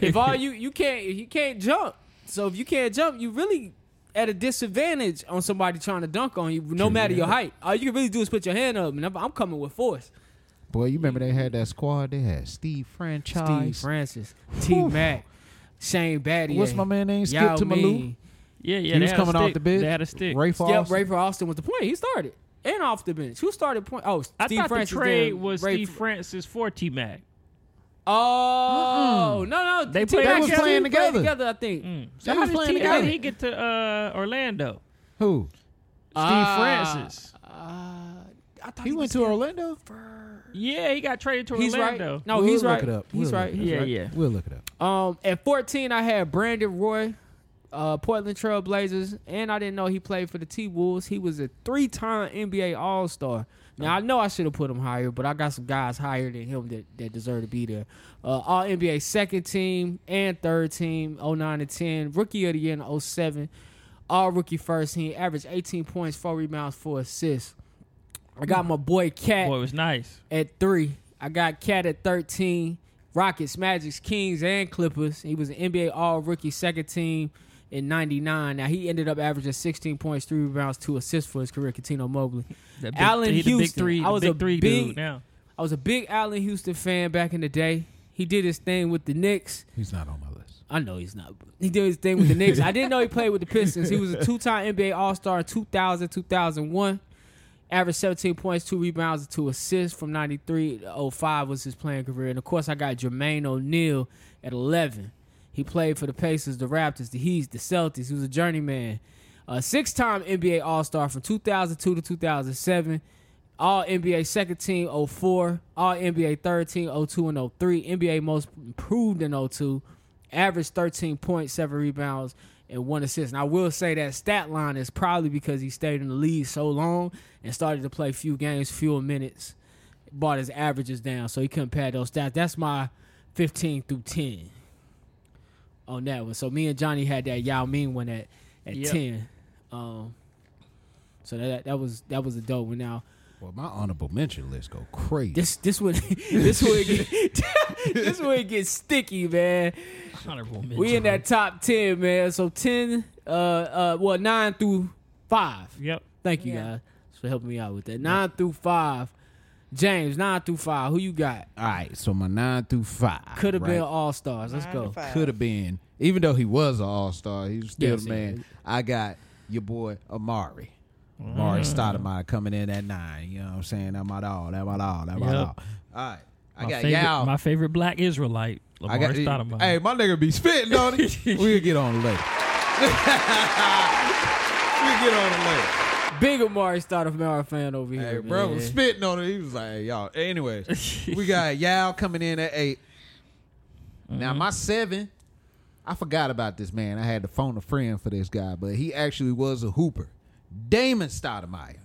[SPEAKER 5] if all you you can't you can't jump. So if you can't jump, you really at a disadvantage on somebody trying to dunk on you, no matter your height. All you can really do is put your hand up, and I'm, I'm coming with force.
[SPEAKER 4] boy. You remember they had that squad? They had Steve
[SPEAKER 5] Steve
[SPEAKER 4] Franchise.
[SPEAKER 5] Francis, T Mac, Shane Battier.
[SPEAKER 4] What's my man name? Skip
[SPEAKER 5] Yao
[SPEAKER 4] to Malou.
[SPEAKER 5] Ming.
[SPEAKER 1] Yeah, yeah.
[SPEAKER 4] he
[SPEAKER 1] they
[SPEAKER 4] was
[SPEAKER 1] had a
[SPEAKER 4] coming off
[SPEAKER 1] stick.
[SPEAKER 4] the bench.
[SPEAKER 1] They had a stick.
[SPEAKER 4] Ray
[SPEAKER 5] Yep,
[SPEAKER 4] Foster.
[SPEAKER 5] Ray Austin was the point. He started and off the bench. Who started point? Oh, Steve
[SPEAKER 1] I thought
[SPEAKER 5] Francis.
[SPEAKER 1] the trade
[SPEAKER 5] then
[SPEAKER 1] was
[SPEAKER 5] Ray
[SPEAKER 1] Steve
[SPEAKER 5] F-
[SPEAKER 1] Francis for T Mac.
[SPEAKER 5] Oh no no,
[SPEAKER 1] They
[SPEAKER 5] T-Mac
[SPEAKER 1] played
[SPEAKER 5] and
[SPEAKER 1] together.
[SPEAKER 4] They was playing together. Mm.
[SPEAKER 5] Steve played together. I think
[SPEAKER 1] So
[SPEAKER 4] They
[SPEAKER 1] how
[SPEAKER 4] was
[SPEAKER 1] did,
[SPEAKER 4] playing
[SPEAKER 1] T- how
[SPEAKER 4] together.
[SPEAKER 1] did he get to uh, Orlando?
[SPEAKER 4] Who?
[SPEAKER 5] Ah.
[SPEAKER 1] Steve Francis.
[SPEAKER 5] I thought
[SPEAKER 4] He went
[SPEAKER 5] was
[SPEAKER 4] to
[SPEAKER 5] there.
[SPEAKER 4] Orlando.
[SPEAKER 1] Yeah, he got traded to
[SPEAKER 5] He's
[SPEAKER 1] Orlando.
[SPEAKER 5] right. No,
[SPEAKER 4] We'll
[SPEAKER 5] he's
[SPEAKER 4] look
[SPEAKER 5] right.
[SPEAKER 4] it up.
[SPEAKER 5] He's
[SPEAKER 4] We'll
[SPEAKER 5] right.
[SPEAKER 4] look
[SPEAKER 5] He's
[SPEAKER 1] Yeah,
[SPEAKER 5] right.
[SPEAKER 1] yeah.
[SPEAKER 4] We'll look it up.
[SPEAKER 5] Um, at 14, I had Brandon Roy, uh, Portland Trail Blazers, and I didn't know he played for the T Wolves. He was a three time NBA All Star. Now, I know I should have put him higher, but I got some guys higher than him that, that deserve to be there. Uh, All NBA second team and third team, 09 to 10. Rookie of the year in 07. All rookie first team. Averaged 18 points, four rebounds, four assists. I got my boy Cat
[SPEAKER 1] Boy, it was nice.
[SPEAKER 5] at three. I got Cat at 13. Rockets, Magics, Kings, and Clippers. He was an NBA All Rookie second team in 99. Now, he ended up averaging 16 points, three rebounds, two assists for his career, Catino Mobley.
[SPEAKER 1] That big,
[SPEAKER 5] Allen
[SPEAKER 1] he the
[SPEAKER 5] Houston.
[SPEAKER 1] big three.
[SPEAKER 5] I was
[SPEAKER 1] the
[SPEAKER 5] a
[SPEAKER 1] big three
[SPEAKER 5] big,
[SPEAKER 1] dude now.
[SPEAKER 5] I was a big Allen Houston fan back in the day. He did his thing with the Knicks.
[SPEAKER 4] He's not on my list.
[SPEAKER 5] I know he's not. but He did his thing with the Knicks. I didn't know he played with the Pistons. He was a two-time NBA All-Star in 2000, 2001. Averaged 17 points, two rebounds, and two assists from 93 to 05 was his playing career. And of course, I got Jermaine O'Neal at 11. He played for the Pacers, the Raptors, the Heat, the Celtics. He was a journeyman. A six-time NBA All-Star from 2002 to 2007. All NBA second team 04, All NBA third team 02 and 03, NBA most improved in 02, averaged 13 points, seven rebounds, and one assist. And I will say that stat line is probably because he stayed in the league so long and started to play few games, fewer minutes, brought his averages down, so he couldn't pad those stats. That's my 15 through 10 on that one. So me and Johnny had that Yao Ming one at, at
[SPEAKER 1] Yep.
[SPEAKER 5] 10. Um, so that that was that was a dope one. Now
[SPEAKER 4] Well, my honorable mention list go crazy.
[SPEAKER 5] this this would this would get this would get sticky, man.
[SPEAKER 1] Honorable
[SPEAKER 5] We in that top ten, man. So ten, uh, uh, well nine through five.
[SPEAKER 1] Yep.
[SPEAKER 5] Thank you
[SPEAKER 6] Yeah.
[SPEAKER 5] guys for helping me out with that. Nine through five, James. Nine through five. Who you got?
[SPEAKER 4] All right, so my nine through five
[SPEAKER 5] Could have been
[SPEAKER 4] right?
[SPEAKER 5] all stars. Let's go.
[SPEAKER 4] could have been. Even though he was an all star, he was still
[SPEAKER 5] Yes,
[SPEAKER 4] the
[SPEAKER 5] he
[SPEAKER 4] man.
[SPEAKER 5] is.
[SPEAKER 4] I got your boy Amari. Amari Stoudemire coming in at nine. You know what I'm saying? That my dog. That my dog. That my
[SPEAKER 1] Yep.
[SPEAKER 4] dog. All right, I
[SPEAKER 1] my
[SPEAKER 4] got
[SPEAKER 1] favorite,
[SPEAKER 4] Yao.
[SPEAKER 1] My favorite black Israelite,
[SPEAKER 4] I
[SPEAKER 1] Lamar
[SPEAKER 4] got
[SPEAKER 1] Stoudemire.
[SPEAKER 4] Hey, my nigga be spitting on it. we'll get on it later. we'll get on it later.
[SPEAKER 5] Big Amari starter from our fan over here.
[SPEAKER 4] Hey, bro was
[SPEAKER 5] man.
[SPEAKER 4] spitting on it. He was like, hey, y'all. Anyways, we got Yao coming in at 8 Now my seven, I forgot about this man. I had to phone a friend for this guy, but he actually was a hooper. Damon Stoudemire.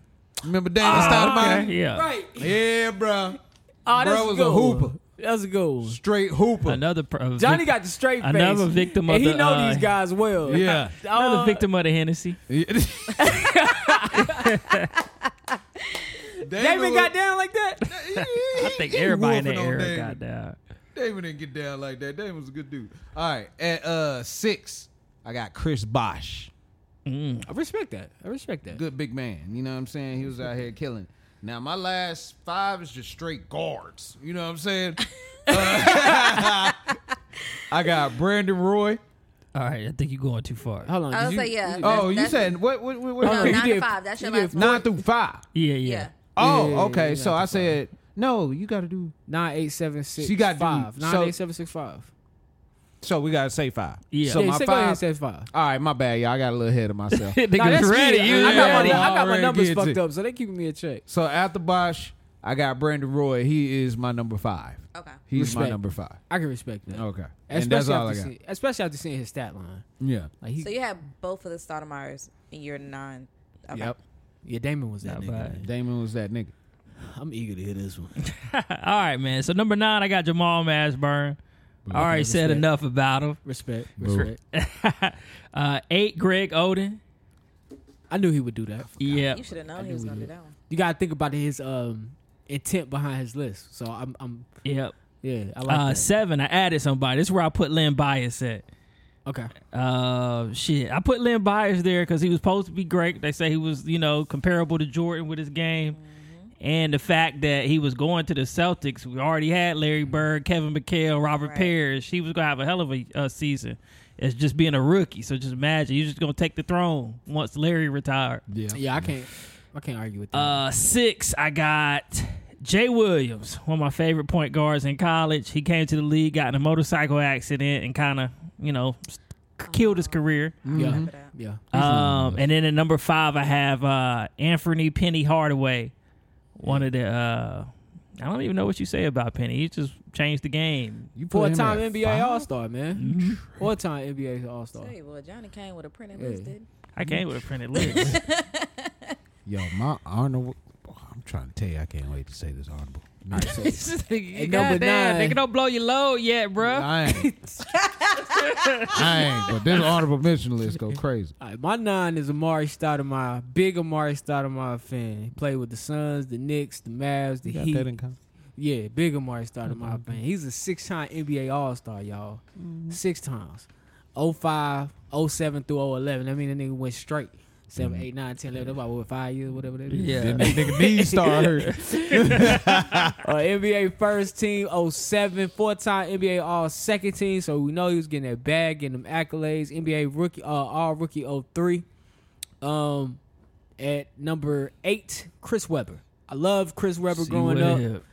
[SPEAKER 4] Remember Damon Stoudemire?
[SPEAKER 1] Ah, Okay, yeah.
[SPEAKER 5] Right.
[SPEAKER 4] Yeah, bro.
[SPEAKER 5] Oh,
[SPEAKER 4] Bro
[SPEAKER 5] that's
[SPEAKER 4] was
[SPEAKER 5] a
[SPEAKER 4] a
[SPEAKER 5] good one.
[SPEAKER 4] hooper.
[SPEAKER 5] That's a good one.
[SPEAKER 4] Straight hooper.
[SPEAKER 1] Another uh, pro-
[SPEAKER 5] Johnny got the straight face.
[SPEAKER 1] Another victim of
[SPEAKER 5] and he
[SPEAKER 1] the,
[SPEAKER 5] know
[SPEAKER 1] uh,
[SPEAKER 5] these guys well.
[SPEAKER 4] Yeah.
[SPEAKER 1] another
[SPEAKER 5] Uh,
[SPEAKER 1] victim of the Hennessy.
[SPEAKER 4] Damon
[SPEAKER 5] Damon
[SPEAKER 4] was-
[SPEAKER 5] got down like that.
[SPEAKER 1] I think everybody in that
[SPEAKER 4] wolfing on
[SPEAKER 1] era
[SPEAKER 4] Damon.
[SPEAKER 1] got down.
[SPEAKER 4] Damon didn't get down like that. Damon was a good dude. All right, at uh six, I got Chris Bosch.
[SPEAKER 5] I respect that. I respect that.
[SPEAKER 4] Good big man. You know what I'm saying? He was out here killing. Now my last five is just straight guards. You know what I'm saying? Uh, I got Brandon Roy.
[SPEAKER 1] All right, I think you're going too far.
[SPEAKER 5] Hold on.
[SPEAKER 6] I
[SPEAKER 5] did
[SPEAKER 6] was
[SPEAKER 5] you-
[SPEAKER 6] like, yeah.
[SPEAKER 4] Oh,
[SPEAKER 6] that's-
[SPEAKER 4] you
[SPEAKER 6] that's-
[SPEAKER 4] said what? What? What? what-
[SPEAKER 5] Hold
[SPEAKER 6] no,
[SPEAKER 5] on, you
[SPEAKER 6] nine
[SPEAKER 5] did-
[SPEAKER 6] to five. That's your
[SPEAKER 5] you did
[SPEAKER 6] last
[SPEAKER 4] Nine
[SPEAKER 6] one.
[SPEAKER 4] through five.
[SPEAKER 1] Yeah, yeah.
[SPEAKER 6] Yeah.
[SPEAKER 4] Oh,
[SPEAKER 5] yeah,
[SPEAKER 4] okay.
[SPEAKER 5] yeah,
[SPEAKER 4] so
[SPEAKER 5] nine
[SPEAKER 4] I
[SPEAKER 5] through
[SPEAKER 4] said no. You got to do.
[SPEAKER 5] Nine eight seven six.
[SPEAKER 4] She got
[SPEAKER 5] five.
[SPEAKER 4] you.
[SPEAKER 5] Nine
[SPEAKER 4] So-
[SPEAKER 5] eight seven six five.
[SPEAKER 4] So we got to say five.
[SPEAKER 1] Yeah.
[SPEAKER 4] So
[SPEAKER 5] yeah,
[SPEAKER 4] my
[SPEAKER 5] say- go ahead
[SPEAKER 4] five.
[SPEAKER 5] and say five.
[SPEAKER 4] All right, my bad, y'all. I got a little ahead of myself.
[SPEAKER 1] Niggas
[SPEAKER 5] Nah, that's
[SPEAKER 1] ready.
[SPEAKER 5] me.
[SPEAKER 1] You
[SPEAKER 5] I, I got
[SPEAKER 1] ready.
[SPEAKER 5] my, I got my
[SPEAKER 4] Already
[SPEAKER 5] numbers
[SPEAKER 4] gets
[SPEAKER 5] fucked
[SPEAKER 4] it.
[SPEAKER 5] up, so they keeping me in check.
[SPEAKER 4] So after Bosch, I got Brandon Roy. He is my number five.
[SPEAKER 6] Okay.
[SPEAKER 4] He's my
[SPEAKER 5] Respect.
[SPEAKER 4] number five.
[SPEAKER 5] I can respect that.
[SPEAKER 4] Okay.
[SPEAKER 5] Especially
[SPEAKER 4] and that's all I
[SPEAKER 5] after
[SPEAKER 4] got.
[SPEAKER 5] seeing, especially after seeing his stat line.
[SPEAKER 4] Yeah.
[SPEAKER 5] Like he,
[SPEAKER 6] So you had both of the Stoudemire's in year nine. Okay.
[SPEAKER 4] Yep.
[SPEAKER 5] yeah, Damon was that
[SPEAKER 1] Not
[SPEAKER 5] nigga.
[SPEAKER 1] bad.
[SPEAKER 5] man.
[SPEAKER 4] Damon was that nigga.
[SPEAKER 5] I'm eager to hear this one.
[SPEAKER 1] All right, man. So number nine, I got Jamal Mashburn. I already said
[SPEAKER 5] respect.
[SPEAKER 1] enough about him.
[SPEAKER 5] respect, respect.
[SPEAKER 1] uh, eight, Greg Oden.
[SPEAKER 5] I knew he would do that.
[SPEAKER 1] Yeah.
[SPEAKER 6] You should have known he was gonna do that one.
[SPEAKER 5] You gotta think about his um intent behind his list. So I'm, I'm
[SPEAKER 1] Yep.
[SPEAKER 5] yeah, I like
[SPEAKER 1] Uh,
[SPEAKER 5] that.
[SPEAKER 1] seven. I added somebody. This is where I put Lynn Bias at.
[SPEAKER 5] Okay,
[SPEAKER 1] Uh, shit. I put Lynn Byers there because he was supposed to be great. They say he was, you know, comparable to Jordan with his game. And the fact that he was going to the Celtics, we already had Larry Bird, Kevin McHale, Robert
[SPEAKER 6] Right.
[SPEAKER 1] Parrish. He was going to have a hell of a uh, season as just being a rookie. So just imagine, you're just going to take the throne once Larry retired.
[SPEAKER 3] Mm-hmm.
[SPEAKER 5] yeah, I can't, I can't argue with that.
[SPEAKER 1] Uh, six, I got Jay Williams, one of my favorite point guards in college. He came to the league, got in a motorcycle accident, and kind of, you know, s- killed his career.
[SPEAKER 4] Mm-hmm.
[SPEAKER 5] yeah,
[SPEAKER 6] that.
[SPEAKER 5] yeah. Mm-hmm.
[SPEAKER 1] Um, and then at number five, I have uh, Anthony Penny Hardaway, one of the. Uh, I don't even know what you say about Penny. He just changed the game.
[SPEAKER 4] You put
[SPEAKER 5] Four
[SPEAKER 4] him
[SPEAKER 5] time
[SPEAKER 4] at
[SPEAKER 5] NBA
[SPEAKER 4] five? Mm-hmm.
[SPEAKER 5] All Star, man. Four time NBA All Star.
[SPEAKER 6] Tell you what, Johnny came with a printed
[SPEAKER 5] Yeah.
[SPEAKER 6] list, didn't
[SPEAKER 1] I came with a printed list.
[SPEAKER 4] Yo, my honorable. I'm trying to tell you, I can't wait to say this honorable. Nice.
[SPEAKER 1] Goddamn,
[SPEAKER 5] number nine-
[SPEAKER 1] nigga, don't blow your load yet, bruh.
[SPEAKER 4] I ain't. I ain't. But this honorable mention list go crazy.
[SPEAKER 5] All right, my nine is Amari Stoudemire, big Amari Stoudemire fan. He played with the Suns, the Knicks, the Mavs, the Heat.
[SPEAKER 4] common.
[SPEAKER 5] Yeah, big Amari Stoudemire
[SPEAKER 4] Mm-hmm.
[SPEAKER 5] fan. He's a six-time NBA All-Star, y'all. Six times. 05, 07 through 011. I mean, the nigga went straight. 7,
[SPEAKER 4] Mm-hmm.
[SPEAKER 5] 8, 9, 10, 11. That's about what, five years, whatever that is.
[SPEAKER 1] Yeah.
[SPEAKER 4] Nigga, knees start hurting.
[SPEAKER 5] Uh, NBA first team oh, 07, four time NBA All second team. So we know he was getting that bag, getting them accolades. NBA rookie, uh, All rookie 03. Um, at number eight, Chris Webber. I love Chris Webber growing up.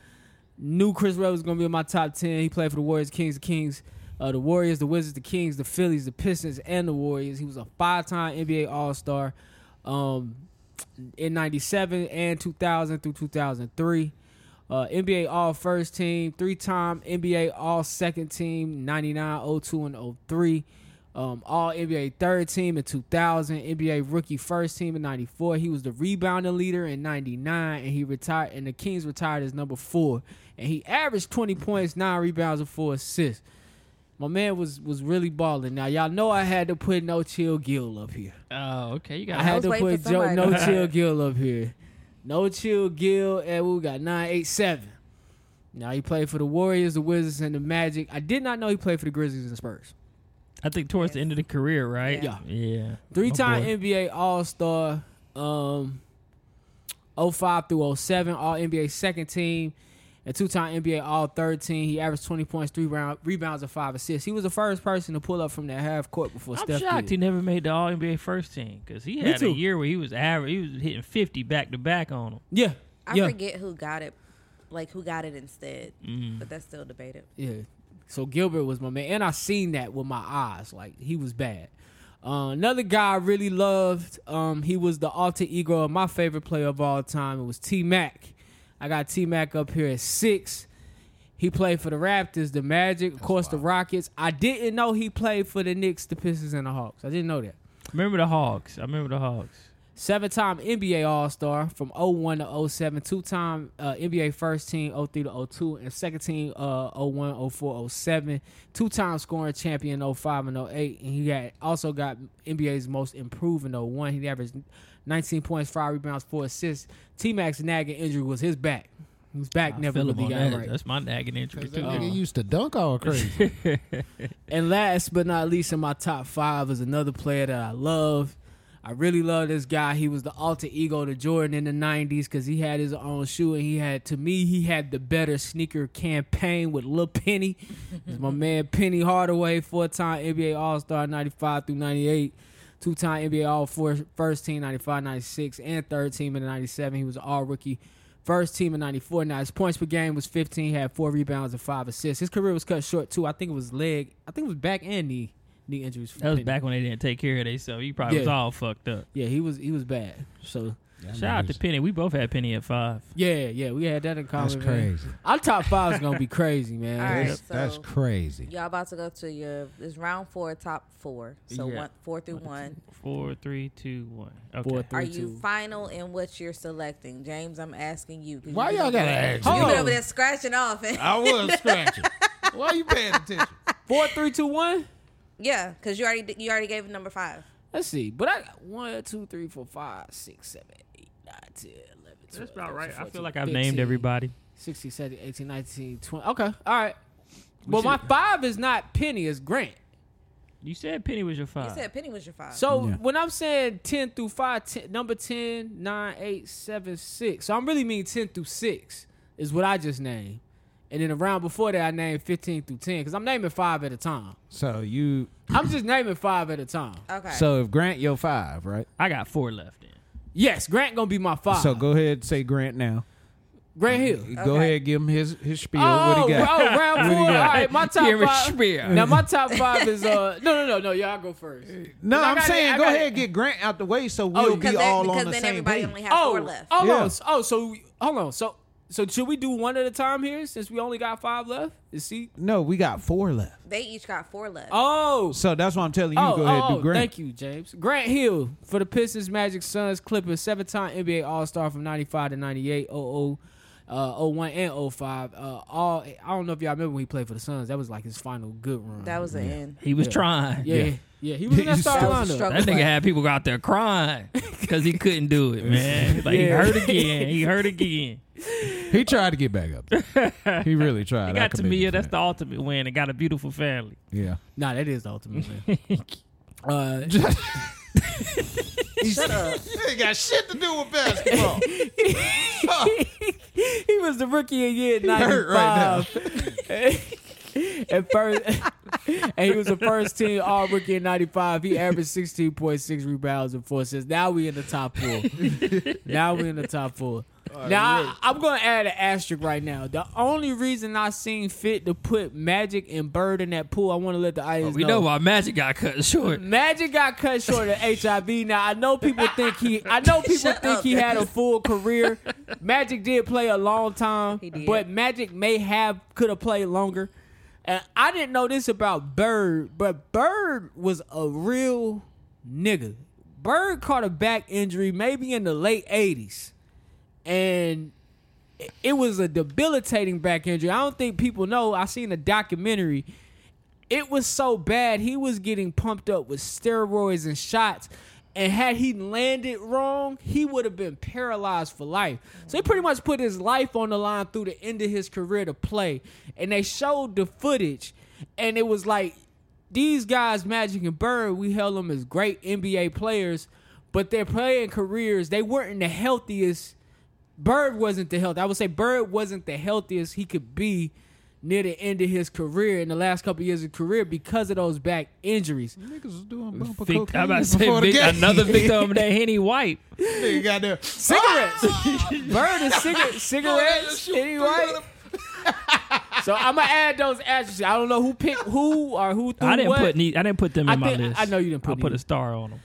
[SPEAKER 5] Knew Chris Webber was gonna be in my top ten. He played for the Warriors, Kings, the Kings, uh, the Warriors, the Wizards, the Kings, the Phillies, the Pistons, and the Warriors. He was a five-time NBA All Star. Um, in 97 and 2000 through 2003. Uh, NBA All First Team, three time NBA All Second Team, 99, 02, and 03. Um, all NBA Third Team in 2000, NBA Rookie First Team in 94. He was the rebounding leader in 99, and he retired, and the Kings retired as number four. And he averaged 20 points, nine rebounds, and four assists. My man was was really balling. Now y'all know I had to put No Chill Gill up here.
[SPEAKER 1] Oh, okay. You
[SPEAKER 5] I
[SPEAKER 1] got.
[SPEAKER 5] had
[SPEAKER 6] was
[SPEAKER 5] to
[SPEAKER 6] waiting
[SPEAKER 5] put
[SPEAKER 6] for
[SPEAKER 5] Joe
[SPEAKER 6] somebody.
[SPEAKER 5] No Chill Gill up here. No Chill Gill, and we got nine eight seven. Now he played for the Warriors, the Wizards, and the Magic. I did not know he played for the Grizzlies and Spurs.
[SPEAKER 1] I think towards the end of the career, right?
[SPEAKER 5] Yeah.
[SPEAKER 1] Yeah.
[SPEAKER 5] Three time
[SPEAKER 1] My Oh, boy.
[SPEAKER 5] NBA All Star, um, 05 through 07, All NBA second team, and two time NBA All third team. He averaged 20 points, three round, rebounds, and five assists. He was the first person to pull up from that half court before
[SPEAKER 1] I'm
[SPEAKER 5] Steph.
[SPEAKER 1] shocked
[SPEAKER 5] did.
[SPEAKER 1] he never made the All NBA first team because he had a
[SPEAKER 5] too.
[SPEAKER 1] year where he was average. He was hitting 50 back to back on him.
[SPEAKER 5] Yeah.
[SPEAKER 6] I
[SPEAKER 5] yeah.
[SPEAKER 6] forget who got it, like who got it instead, but that's still debated.
[SPEAKER 5] Yeah. So Gilbert was my man, and I seen that with my eyes. Like he was bad. Uh, another guy I really loved. Um, he was the alter ego of my favorite player of all time. It was T Mac. I got T Mac up here at six. He played for the Raptors, the Magic, of course, the Rockets. I didn't know he played for the Knicks, the Pistons, and the Hawks. I didn't know that.
[SPEAKER 1] Remember the Hawks? I remember the Hawks.
[SPEAKER 5] Seven time NBA All Star from 01 to 07, two time uh, NBA first team 03 to 02, and second team uh, 01, 04, 07, two time scoring champion 05 and 08. And he got, also got NBA's most improved in 01. He averaged 19 points, five rebounds, four assists. T Mac's nagging injury was his back. His back never
[SPEAKER 1] Feel
[SPEAKER 5] really
[SPEAKER 1] him on
[SPEAKER 5] got
[SPEAKER 1] that.
[SPEAKER 5] right.
[SPEAKER 1] That's my nagging injury too.
[SPEAKER 3] Oh.
[SPEAKER 4] Nigga used to dunk all crazy.
[SPEAKER 5] And last but not least, in my top five is another player that I love. I really love this guy. He was the alter ego to Jordan in the '90s because he had his own shoe, and he had, to me, he had the better sneaker campaign with Lil Penny. It's my man Penny Hardaway, four-time NBA All-Star '95 through '98, two-time NBA All four, first team '95, '96, and third team in '97. He was an All-Rookie. First team in 94. Now, his points per game was 15. He had four rebounds and five assists. His career was cut short, too. I think it was leg. I think it was back and knee knee injuries. for
[SPEAKER 1] That was
[SPEAKER 5] Penny.
[SPEAKER 1] back when they didn't take care of themselves. You probably was
[SPEAKER 5] Yeah.
[SPEAKER 1] all fucked up.
[SPEAKER 5] Yeah, he was he was bad. So
[SPEAKER 1] Shout out to Penny. We both had Penny at five.
[SPEAKER 5] yeah, yeah, we had that in common.
[SPEAKER 4] That's
[SPEAKER 5] man.
[SPEAKER 4] crazy.
[SPEAKER 5] Our top five is gonna be crazy, man.
[SPEAKER 6] All right, so
[SPEAKER 4] That's crazy.
[SPEAKER 6] y'all about to go to your this round four, top four. So
[SPEAKER 1] Yeah.
[SPEAKER 6] one, four through one.
[SPEAKER 1] Four, three, two, one. Okay.
[SPEAKER 5] Four,
[SPEAKER 6] Are
[SPEAKER 5] three,
[SPEAKER 6] you
[SPEAKER 5] two.
[SPEAKER 6] final in what you're selecting, James? I'm asking you. 'cause you
[SPEAKER 4] Why
[SPEAKER 6] been
[SPEAKER 4] y'all Oh.
[SPEAKER 6] over
[SPEAKER 4] gotta
[SPEAKER 6] there-
[SPEAKER 4] ask
[SPEAKER 6] You
[SPEAKER 5] me?
[SPEAKER 6] been over there scratching off, and
[SPEAKER 4] I was scratching. Why you paying attention?
[SPEAKER 5] Four, three, two, one.
[SPEAKER 6] yeah, because you already you already gave him number five.
[SPEAKER 5] Let's see. But I got one, two, three, four, five, six, seven, eight, nine, ten, eleven, twelve.
[SPEAKER 1] That's about right. I
[SPEAKER 5] 13,
[SPEAKER 1] feel like I've
[SPEAKER 5] 15,
[SPEAKER 1] named everybody.
[SPEAKER 5] 16, 17, 18, 19, 20. Okay. All right. Well, my five is not Penny, it's Grant.
[SPEAKER 1] You said Penny was your five.
[SPEAKER 6] You said Penny was your five.
[SPEAKER 5] So when I'm saying 10 through 5, 10, number 10, 9, 8, 7, 6. So I'm really mean 10 through 6 is what I just named. And then around before that, I named 15 through 10 because I'm naming five at a time.
[SPEAKER 4] So you.
[SPEAKER 5] I'm just naming five at a time.
[SPEAKER 6] okay.
[SPEAKER 4] So if Grant your five, right?
[SPEAKER 1] I got four left. Then.
[SPEAKER 5] Yes, Grant gonna be my five.
[SPEAKER 4] So go ahead and say Grant now.
[SPEAKER 5] Grant Hill.
[SPEAKER 4] Go ahead, give him his his spiel.
[SPEAKER 5] Oh,
[SPEAKER 4] what he got?
[SPEAKER 5] oh, round four. All right, my top
[SPEAKER 1] Give a
[SPEAKER 5] five.
[SPEAKER 1] spiel.
[SPEAKER 5] Now my top five is uh no no no no y'all go first.
[SPEAKER 4] no,
[SPEAKER 5] I
[SPEAKER 4] I'm
[SPEAKER 5] got it, Oh,
[SPEAKER 4] saying
[SPEAKER 5] I
[SPEAKER 4] go
[SPEAKER 5] got
[SPEAKER 4] ahead,
[SPEAKER 5] it.
[SPEAKER 4] get Grant out the way, so we'll
[SPEAKER 6] Oh, because
[SPEAKER 4] be
[SPEAKER 6] then,
[SPEAKER 4] all
[SPEAKER 6] because
[SPEAKER 4] on the
[SPEAKER 6] then
[SPEAKER 4] same
[SPEAKER 6] everybody
[SPEAKER 4] page.
[SPEAKER 6] only has
[SPEAKER 5] Oh,
[SPEAKER 6] four left.
[SPEAKER 5] hold
[SPEAKER 4] Yeah.
[SPEAKER 5] on. Oh, so we- hold on. So so should we do one at a time here since we only got five left? Is see?
[SPEAKER 4] No, we got four left.
[SPEAKER 6] They each got four left.
[SPEAKER 5] Oh.
[SPEAKER 4] So that's why I'm telling you,
[SPEAKER 5] oh,
[SPEAKER 4] go ahead
[SPEAKER 5] oh,
[SPEAKER 4] and do Grant.
[SPEAKER 5] Thank you, James. Grant Hill for the Pistons, Magic, Suns, Clippers, seven time NBA All Star from 95 to 98, 00, uh, 01, and 05. Uh, all, I don't know if y'all remember when he played for the Suns. That was like his final good run.
[SPEAKER 6] That was the end.
[SPEAKER 1] He was trying.
[SPEAKER 5] yeah, yeah. he was in that
[SPEAKER 4] He's
[SPEAKER 5] starting
[SPEAKER 6] That was a
[SPEAKER 5] lineup.
[SPEAKER 1] That nigga had people out there crying because he couldn't do it, man. Like he
[SPEAKER 5] Yeah.
[SPEAKER 1] hurt again. He hurt again.
[SPEAKER 4] He tried to get back up. there. He really tried.
[SPEAKER 1] He
[SPEAKER 4] I
[SPEAKER 1] got to
[SPEAKER 4] commend
[SPEAKER 1] me.
[SPEAKER 4] him for
[SPEAKER 1] That's the
[SPEAKER 4] that.
[SPEAKER 1] ultimate win. And got a beautiful family.
[SPEAKER 4] yeah.
[SPEAKER 5] Nah, that is the ultimate man. uh,
[SPEAKER 4] He got shit to do with basketball.
[SPEAKER 5] he was the rookie of year in
[SPEAKER 4] hurt right
[SPEAKER 5] 95. At first, and he was the first team all rookie in 95. He averaged 16.6 rebounds and four assists. Now we in the top four. now we in the top four. now, I, am going to add an asterisk right now. The only reason I seen fit to put Magic and Bird in that pool, I want to let the audience
[SPEAKER 1] Oh, We know why Magic got cut short.
[SPEAKER 5] Magic got cut short of HIV. Now I know people think he. I know people
[SPEAKER 6] Shut
[SPEAKER 5] think
[SPEAKER 6] up.
[SPEAKER 5] he had a full career. Magic did play a long time,
[SPEAKER 6] He did.
[SPEAKER 5] but Magic may have could have played longer. And I didn't know this about Bird, but Bird was a real nigga. Bird caught a back injury maybe in the late '80s, and it was a debilitating back injury. I don't think people know. I seen a documentary. It was so bad he was getting pumped up with steroids and shots. And had he landed wrong, he would have been paralyzed for life. So he pretty much put his life on the line through the end of his career to play. And they showed the footage, and it was like these guys, Magic and Bird, we held them as great NBA players, but their playing careers, they weren't the healthiest Bird wasn't the health. I would say Bird wasn't the healthiest he could be near the end of his career in the last couple years of career because of those back injuries.
[SPEAKER 4] Niggas was doing bumper
[SPEAKER 1] Vic,
[SPEAKER 4] cocaine
[SPEAKER 1] I'm about to say
[SPEAKER 4] before the
[SPEAKER 1] Vic,
[SPEAKER 4] game.
[SPEAKER 1] another victim of that Henny White.
[SPEAKER 4] Nigga got there.
[SPEAKER 5] Cigarettes. Bird is cigar- cigarettes. Anyway. so I'm gonna add those asterisks. I don't know who picked who or who threw
[SPEAKER 1] I didn't
[SPEAKER 5] what.
[SPEAKER 1] put ne- I didn't put them in
[SPEAKER 5] I
[SPEAKER 1] my
[SPEAKER 5] think-
[SPEAKER 1] list.
[SPEAKER 5] I know you didn't put
[SPEAKER 1] I put
[SPEAKER 5] neither.
[SPEAKER 1] a star on them.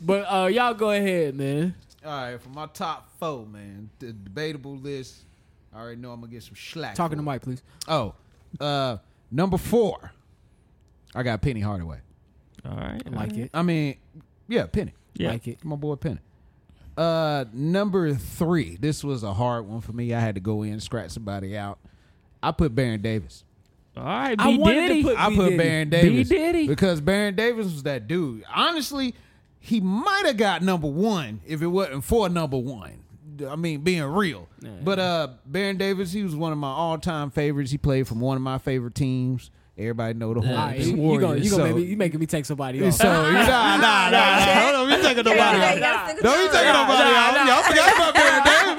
[SPEAKER 5] but uh, y'all go ahead, man.
[SPEAKER 4] All right, for my top four, man, the debatable list. I already know I'm gonna get some slack.
[SPEAKER 5] Talking
[SPEAKER 4] for
[SPEAKER 5] to
[SPEAKER 4] it.
[SPEAKER 5] Mike, please.
[SPEAKER 4] Oh, uh, number four. I got Penny Hardaway.
[SPEAKER 1] All right,
[SPEAKER 5] I like it.
[SPEAKER 4] I mean, yeah, Penny.
[SPEAKER 1] yeah.
[SPEAKER 5] Like it.
[SPEAKER 4] My boy Penny. Uh, number three. This was a hard one for me. I had to go in, scratch somebody out. I put Baron Davis.
[SPEAKER 1] All right,
[SPEAKER 5] I
[SPEAKER 1] B
[SPEAKER 5] wanted to
[SPEAKER 1] Diddy.
[SPEAKER 5] put-
[SPEAKER 4] I
[SPEAKER 5] B.
[SPEAKER 4] put
[SPEAKER 5] Diddy.
[SPEAKER 4] Baron Davis.
[SPEAKER 1] B. Diddy.
[SPEAKER 4] Because Baron Davis was that dude. Honestly, he might have got number one if it wasn't for number one. I mean, being real. But uh Baron Davis, he was one of my all time favorites. He played from one of my favorite teams. Everybody know the
[SPEAKER 5] All right,
[SPEAKER 4] Hornets.
[SPEAKER 5] you, you gonna, you, gonna
[SPEAKER 4] So-
[SPEAKER 5] make me, you making me take somebody off.
[SPEAKER 4] So nah, nah, nah, nah. Hold on, we taking nobody
[SPEAKER 6] Everybody
[SPEAKER 4] out.
[SPEAKER 6] got a single
[SPEAKER 4] Don't be
[SPEAKER 6] time.
[SPEAKER 4] taking nobody
[SPEAKER 5] nah,
[SPEAKER 4] out.
[SPEAKER 5] nah.
[SPEAKER 4] Y'all forgot about Baron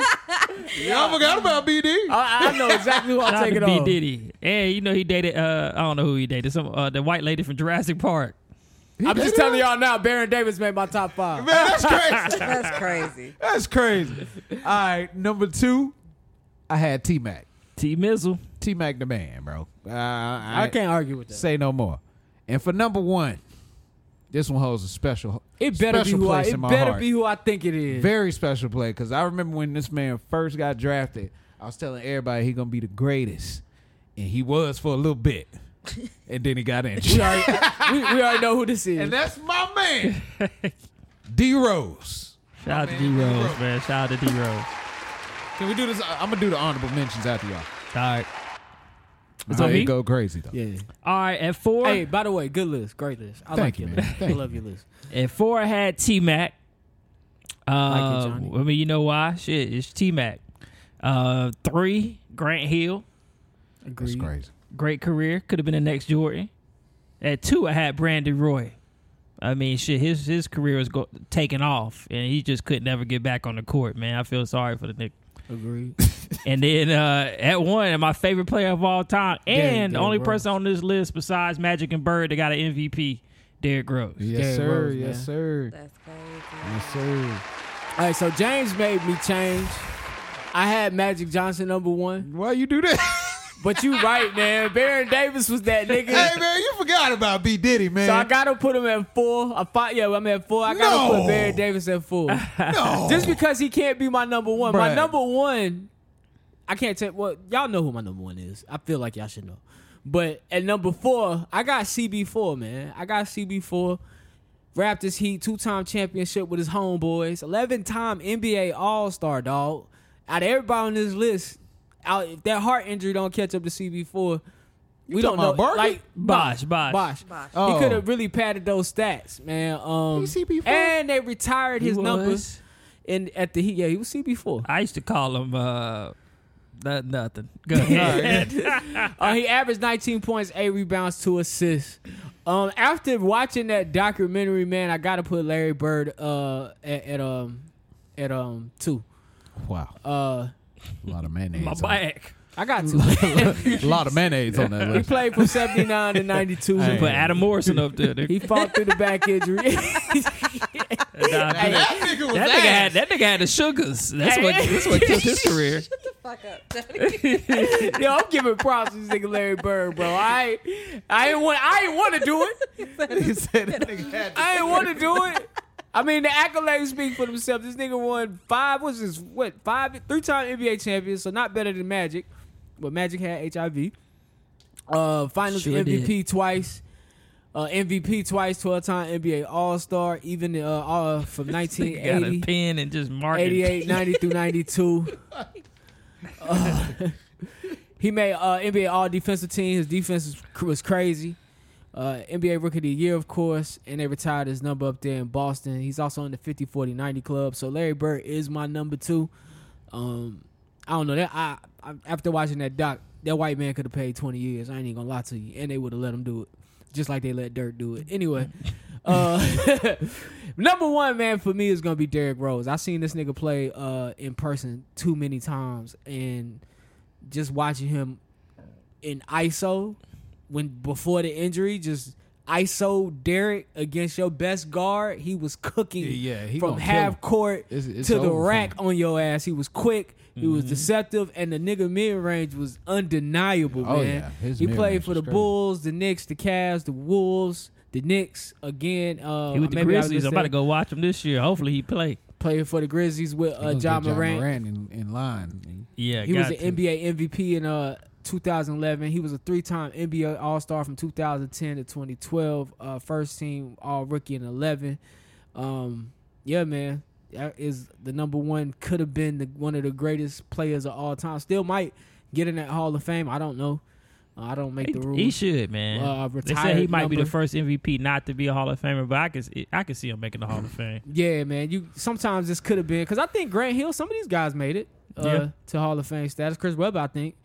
[SPEAKER 4] Davis. Y'all forgot about BD.
[SPEAKER 5] I, I know exactly who I'm
[SPEAKER 1] Shout out
[SPEAKER 5] taking
[SPEAKER 1] to B
[SPEAKER 5] off.
[SPEAKER 1] Diddy. Hey, you know he dated. Uh, I don't know who he dated. Some uh, the white lady from Jurassic Park.
[SPEAKER 5] I'm just telling y'all now, Baron Davis made my top five.
[SPEAKER 4] Man, that's crazy.
[SPEAKER 6] That's crazy.
[SPEAKER 4] That's crazy. All right, number two, I had T Mac.
[SPEAKER 1] T Mizzle.
[SPEAKER 4] T Mac the man, bro. Uh, I,
[SPEAKER 5] I can't argue with that.
[SPEAKER 4] say no more. And for number one, this one holds a special.
[SPEAKER 5] it better be
[SPEAKER 4] special
[SPEAKER 5] who I.
[SPEAKER 4] place
[SPEAKER 5] It
[SPEAKER 4] in my
[SPEAKER 5] better
[SPEAKER 4] heart.
[SPEAKER 5] be who I think it is.
[SPEAKER 4] very special play because I remember when this man first got drafted, I was telling everybody he gonna be the greatest, and he was for a little bit, and then he got
[SPEAKER 5] we,
[SPEAKER 4] injured.
[SPEAKER 5] already, we, we already know who this is.
[SPEAKER 4] and that's my man, D Rose.
[SPEAKER 1] Shout out to D Rose, man. Shout out to D Rose. All
[SPEAKER 4] Can we do this? I'm gonna do the honorable mentions after y'all.
[SPEAKER 1] right, So
[SPEAKER 5] Oh,
[SPEAKER 4] it
[SPEAKER 1] he,
[SPEAKER 4] go crazy though.
[SPEAKER 5] Yeah.
[SPEAKER 1] all right, at four,
[SPEAKER 5] Hey, by the way, good list, great list. I
[SPEAKER 4] Thank
[SPEAKER 5] like
[SPEAKER 4] you,
[SPEAKER 5] your
[SPEAKER 4] man.
[SPEAKER 5] list.
[SPEAKER 4] Thank
[SPEAKER 5] I love your list.
[SPEAKER 1] at four I had T Mac. Uh,
[SPEAKER 5] like it,
[SPEAKER 1] I
[SPEAKER 5] Johnny.
[SPEAKER 1] mean, you know why? Shit, it's T Mac. Uh, three, Grant Hill.
[SPEAKER 5] Agreed.
[SPEAKER 4] It's crazy.
[SPEAKER 1] great career. Could have been the next Jordan. At two, I had Brandon Roy. I mean, shit, his his career was go- taking off, and he just could never get back on the court. Man, I feel sorry for the nigga.
[SPEAKER 5] Agreed.
[SPEAKER 1] And then uh, at one, my favorite player of all time, and
[SPEAKER 5] Derrick
[SPEAKER 1] the only
[SPEAKER 5] Rose.
[SPEAKER 1] person on this list besides Magic and Bird that got an MVP, Derrick Rose.
[SPEAKER 4] Yes,
[SPEAKER 5] Derrick
[SPEAKER 4] sir.
[SPEAKER 5] Rose,
[SPEAKER 4] yes,
[SPEAKER 5] man.
[SPEAKER 4] sir.
[SPEAKER 6] That's crazy.
[SPEAKER 4] Yes, sir.
[SPEAKER 5] All right, so James made me change. I had Magic Johnson number one,
[SPEAKER 4] Why you do that?
[SPEAKER 5] but you right, man. Baron Davis was that nigga.
[SPEAKER 4] hey man, you forgot about B Diddy, man.
[SPEAKER 5] So I gotta put him at four. I fight, yeah, I'm at four. I gotta
[SPEAKER 4] No.
[SPEAKER 5] put Barry Davis at four.
[SPEAKER 4] no.
[SPEAKER 5] Just because he can't be my number one. My
[SPEAKER 4] Bruh.
[SPEAKER 5] number one, I can't tell. Well, y'all know who my number one is. I feel like y'all should know. But at number four, I got CB4, man. I got CB4. Raptors Heat, two time championship with his homeboys, 11 time NBA All Star, dog. Out of everybody on this list, out, if that heart injury don't catch up to CB4, we don't
[SPEAKER 4] talking
[SPEAKER 5] know.
[SPEAKER 4] about Barkley?
[SPEAKER 5] Like
[SPEAKER 1] Bosh, Bosh.
[SPEAKER 5] Bosh.
[SPEAKER 6] Bosh.
[SPEAKER 4] Oh.
[SPEAKER 5] He could have really padded those stats, man. Um,
[SPEAKER 4] He CP4?
[SPEAKER 5] and they retired his
[SPEAKER 1] He was.
[SPEAKER 5] numbers in at the Heat. Yeah, he was CB4.
[SPEAKER 1] I used to call him uh, not, nothing. Go ahead.
[SPEAKER 5] Uh, he averaged 19 points, eight rebounds, two assists. Um, after watching that documentary, man, I gotta put Larry Bird uh at, at um at um two.
[SPEAKER 4] wow,
[SPEAKER 5] Uh,
[SPEAKER 4] a lot of mayonnaise.
[SPEAKER 1] my
[SPEAKER 4] on-
[SPEAKER 1] back.
[SPEAKER 5] I got two.
[SPEAKER 4] A lot of mayonnaise on that
[SPEAKER 5] he
[SPEAKER 4] list.
[SPEAKER 5] played from 79 to 92.
[SPEAKER 1] Put Adam Morrison up there. nigga.
[SPEAKER 5] He fought through the back injury.
[SPEAKER 1] Nah, that,
[SPEAKER 4] nigga was
[SPEAKER 1] nigga had that nigga had the sugars. That's what that's what killed his career.
[SPEAKER 6] Fuck up, Johnny.
[SPEAKER 5] Yo, I'm giving props to this nigga Larry Bird, bro. I ain't- I ain't want I ain't want to do it.
[SPEAKER 4] he said that nigga had
[SPEAKER 5] I ain't want to do it. I mean, the accolades speak for themselves. This nigga won five. What's this? What five? Three time NBA champion, so not better than Magic, but Magic had HIV. Uh, Finals
[SPEAKER 1] Sure
[SPEAKER 5] MVP twice. Uh, MVP twice, twelve time NBA All Star, even uh, uh from
[SPEAKER 1] Nigga got a
[SPEAKER 5] 1980,
[SPEAKER 1] pen and just marked.
[SPEAKER 5] 88, 90 through 92. Uh, he made uh, NBA All Defensive Team. His defense was, cr- was crazy. Uh, NBA Rookie of the Year, of course, and they retired his number up there in Boston. He's also in the 50, 40, 90 club. So Larry Bird is my number two. Um, I don't know that. I, I after watching that doc, that white man could have paid 20 years. I ain't even gonna lie to you, and they would have let him do it, just like they let Dirk do it. Anyway. Uh, number one man for me is gonna be Derrick Rose. I seen this nigga play uh, in person too many times, and just watching him in ISO when before the injury, just ISO Derrick against your best guard, he was cooking
[SPEAKER 4] Yeah, he
[SPEAKER 5] from
[SPEAKER 4] gonna
[SPEAKER 5] half
[SPEAKER 4] kill
[SPEAKER 5] court
[SPEAKER 4] It's- it's
[SPEAKER 5] to the
[SPEAKER 4] over Mm-hmm. for
[SPEAKER 5] rack on your ass. He was quick. He was deceptive, and the nigga mid range was undeniable,
[SPEAKER 4] Oh,
[SPEAKER 5] man.
[SPEAKER 4] yeah. His
[SPEAKER 5] he
[SPEAKER 4] mid-range
[SPEAKER 5] played for
[SPEAKER 4] was
[SPEAKER 5] the
[SPEAKER 4] crazy.
[SPEAKER 5] Bulls, the Knicks, the Cavs, the Wolves, the Knicks again. Uh,
[SPEAKER 1] He with the
[SPEAKER 5] maybe I
[SPEAKER 1] Grizzlies.
[SPEAKER 5] missed
[SPEAKER 1] I'm about to
[SPEAKER 5] that.
[SPEAKER 1] go watch him this year. Hopefully he play.
[SPEAKER 5] Playing for the Grizzlies with uh,
[SPEAKER 4] Let's
[SPEAKER 5] John
[SPEAKER 4] get Ja
[SPEAKER 5] Morant.
[SPEAKER 4] in, in line.
[SPEAKER 1] Yeah,
[SPEAKER 5] He was
[SPEAKER 1] got
[SPEAKER 5] an
[SPEAKER 1] to.
[SPEAKER 5] NBA MVP in uh 2011. He was a three-time NBA All-Star from 2010 to 2012. Uh, first team All-Rookie in 11. Um, yeah, man, that is the number one. Could have been the, one of the greatest players of all time. Still might get in that Hall of Fame. I don't know. Uh, I don't make
[SPEAKER 1] He,
[SPEAKER 5] the rules.
[SPEAKER 1] he should, man.
[SPEAKER 5] Uh,
[SPEAKER 1] they said
[SPEAKER 5] retired
[SPEAKER 1] he might be the
[SPEAKER 5] number.
[SPEAKER 1] first MVP not to be a Hall of Famer, but I can see, I can see him making the Hall of Fame.
[SPEAKER 5] Yeah, man. You sometimes this could have been because I think Grant Hill. Some of these guys made it uh,
[SPEAKER 1] Yeah.
[SPEAKER 5] to Hall of Fame status. Chris Webber, I think.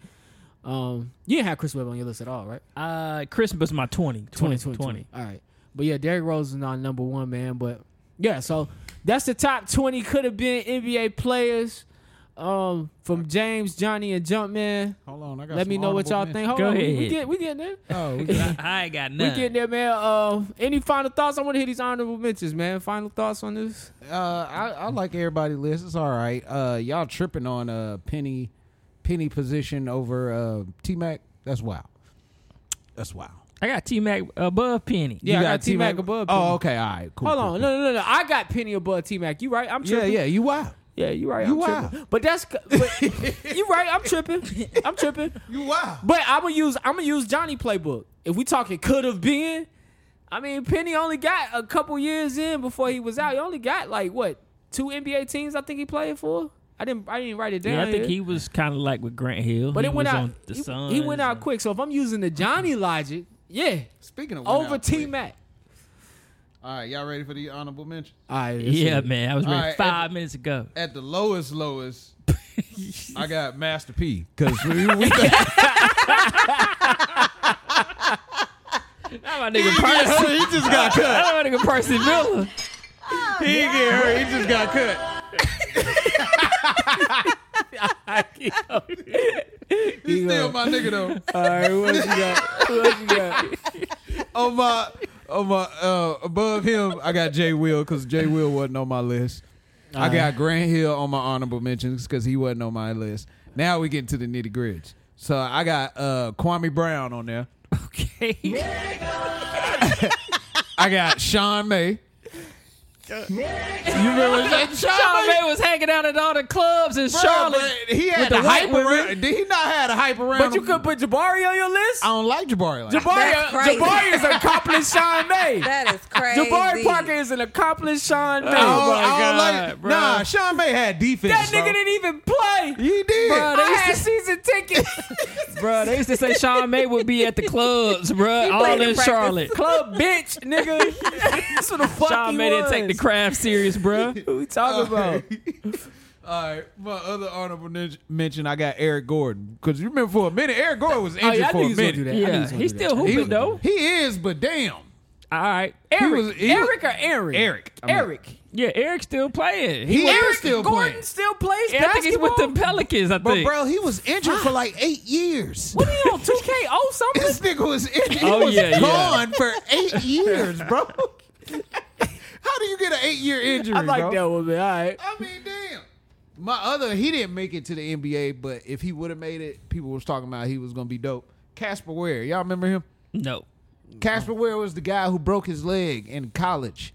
[SPEAKER 5] Um, you didn't have Chris Webber on your list at all, right?
[SPEAKER 1] Uh, Christmas my 20, 20,
[SPEAKER 5] 2020. All right. But yeah, Derrick Rose is not number one, man. But yeah, so that's the top 20 could have been NBA players um, from James, Johnny, and Jumpman.
[SPEAKER 4] Hold on, I got
[SPEAKER 5] Let me know what y'all think. Hold
[SPEAKER 1] Go
[SPEAKER 5] on. We, we,
[SPEAKER 1] ahead.
[SPEAKER 5] get, we getting there.
[SPEAKER 4] Oh,
[SPEAKER 1] I, I ain't got
[SPEAKER 5] We
[SPEAKER 1] nothing.
[SPEAKER 5] getting there, man. Um, any final thoughts? I want to hear these honorable mentions, man. Final thoughts on this?
[SPEAKER 4] uh, I, I like everybody list. It's all right. Uh, y'all tripping on uh, penny penny position over uh, T Mac. That's wild. That's wild.
[SPEAKER 1] I got T Mac above Penny.
[SPEAKER 5] Yeah,
[SPEAKER 4] You
[SPEAKER 5] I got T-Mac above Penny.
[SPEAKER 4] Oh, okay. All right. Cool.
[SPEAKER 5] Hold
[SPEAKER 4] cool,
[SPEAKER 5] on.
[SPEAKER 4] cool.
[SPEAKER 5] No, no, no, no. I got Penny above T Mac. You right? I'm
[SPEAKER 4] Yeah,
[SPEAKER 5] tripping.
[SPEAKER 4] yeah. You wild.
[SPEAKER 5] Yeah, you right.
[SPEAKER 4] You
[SPEAKER 5] I'm
[SPEAKER 4] wild.
[SPEAKER 5] tripping. But that's but, you right. I'm tripping. I'm tripping.
[SPEAKER 4] You wild.
[SPEAKER 5] But I'm gonna use I'm gonna use Johnny playbook. If we talking could have been, I mean Penny only got a couple years in before he was out. He only got like what two NBA teams I think he played for. I didn't. I didn't write it down.
[SPEAKER 1] Yeah, I think
[SPEAKER 5] here.
[SPEAKER 1] he was kind of like with Grant Hill.
[SPEAKER 5] But
[SPEAKER 1] he
[SPEAKER 5] it went
[SPEAKER 1] was
[SPEAKER 5] out.
[SPEAKER 1] on the
[SPEAKER 5] he,
[SPEAKER 1] Suns.
[SPEAKER 5] he went out
[SPEAKER 1] and-
[SPEAKER 5] quick. So if I'm using the Johnny logic, yeah,
[SPEAKER 3] Speaking of
[SPEAKER 5] over T Mac.
[SPEAKER 3] All right, y'all ready for the honorable mention?
[SPEAKER 1] Yeah, man, I was ready
[SPEAKER 3] All right,
[SPEAKER 1] five minutes ago.
[SPEAKER 3] At the lowest, lowest, I got Master P because we, we
[SPEAKER 1] That my nigga Percy.
[SPEAKER 3] he just got cut.
[SPEAKER 1] That my nigga Percy Miller.
[SPEAKER 3] He didn't get hurt. He just got cut. He's still my nigga though.
[SPEAKER 5] All right, what else you got? What else you got?
[SPEAKER 3] on my on my uh, above him, I got Jay Will because Jay Will wasn't on my list. I got Grant Hill on my honorable mentions because he wasn't on my list. Now we get to the nitty gritty. So I got uh, Kwame Brown on there.
[SPEAKER 1] Okay.
[SPEAKER 3] I got Sean May. you remember Sean,
[SPEAKER 1] Sean May was hanging out at all the clubs in Charlotte.
[SPEAKER 3] he had
[SPEAKER 1] with the
[SPEAKER 3] the hype
[SPEAKER 1] white women.
[SPEAKER 3] around. Did he not had a hype around?
[SPEAKER 5] But you
[SPEAKER 3] him?
[SPEAKER 5] could put Jabari on your list.
[SPEAKER 3] I don't like Jabari. Like that.
[SPEAKER 5] Jabari,
[SPEAKER 6] That's crazy.
[SPEAKER 5] Jabari is an accomplished Sean May.
[SPEAKER 6] That is crazy.
[SPEAKER 5] Jabari Parker is an accomplished
[SPEAKER 1] Oh,
[SPEAKER 5] Sean May.
[SPEAKER 3] I don't, I don't
[SPEAKER 1] God,
[SPEAKER 3] like.
[SPEAKER 1] bro.
[SPEAKER 3] Nah, Sean May had defense.
[SPEAKER 5] that
[SPEAKER 3] bro.
[SPEAKER 5] nigga didn't even play.
[SPEAKER 3] He did.
[SPEAKER 5] Bro, they
[SPEAKER 6] I
[SPEAKER 5] used
[SPEAKER 6] had-
[SPEAKER 5] to season tickets.
[SPEAKER 1] Bro, they used to say Sean May would be at the clubs, bro, all
[SPEAKER 6] played
[SPEAKER 1] in
[SPEAKER 6] in practice.
[SPEAKER 1] Charlotte.
[SPEAKER 5] Club bitch, nigga. That's what the fuck
[SPEAKER 1] Sean
[SPEAKER 5] he
[SPEAKER 1] May didn't take the
[SPEAKER 5] was.
[SPEAKER 1] craft serious, bro.
[SPEAKER 5] What we talking about?
[SPEAKER 3] All right, my other honorable nin- mention, I got Eric Gordon because you remember for a minute Eric Gordon was
[SPEAKER 5] Oh,
[SPEAKER 3] injured
[SPEAKER 5] yeah, I
[SPEAKER 3] for
[SPEAKER 5] knew
[SPEAKER 3] a
[SPEAKER 5] he was gonna
[SPEAKER 3] minute.
[SPEAKER 5] do that. I knew he
[SPEAKER 1] Yeah,
[SPEAKER 5] was gonna
[SPEAKER 1] he's
[SPEAKER 5] do that.
[SPEAKER 1] still
[SPEAKER 3] He,
[SPEAKER 1] hooping though.
[SPEAKER 3] he is, but damn,
[SPEAKER 1] All right,
[SPEAKER 5] Eric,
[SPEAKER 3] was- he was-
[SPEAKER 5] Eric or Eric?
[SPEAKER 3] Eric. I'm not-
[SPEAKER 5] Eric.
[SPEAKER 1] yeah, Eric's still playing.
[SPEAKER 3] he
[SPEAKER 1] was-
[SPEAKER 3] is still
[SPEAKER 5] Gordon
[SPEAKER 3] playing.
[SPEAKER 5] still plays
[SPEAKER 1] I think he's with
[SPEAKER 5] basketball.
[SPEAKER 1] the Pelicans. I
[SPEAKER 4] But
[SPEAKER 1] think.
[SPEAKER 4] bro, he was injured for like eight years.
[SPEAKER 5] What are you on 2K0 something?
[SPEAKER 3] This nigga was injured. He
[SPEAKER 1] Oh,
[SPEAKER 3] was
[SPEAKER 1] yeah, yeah.
[SPEAKER 3] gone for eight years, bro. How do you get an eight-year injury?
[SPEAKER 5] I like
[SPEAKER 3] bro?
[SPEAKER 5] that one, man. All right.
[SPEAKER 3] I mean, damn. My other, he didn't make it to the NBA, but if he would have made it, people was talking about he was gonna be dope. Casper Ware, y'all remember him?
[SPEAKER 1] no,
[SPEAKER 3] Casper Ware was the guy who broke his leg in college.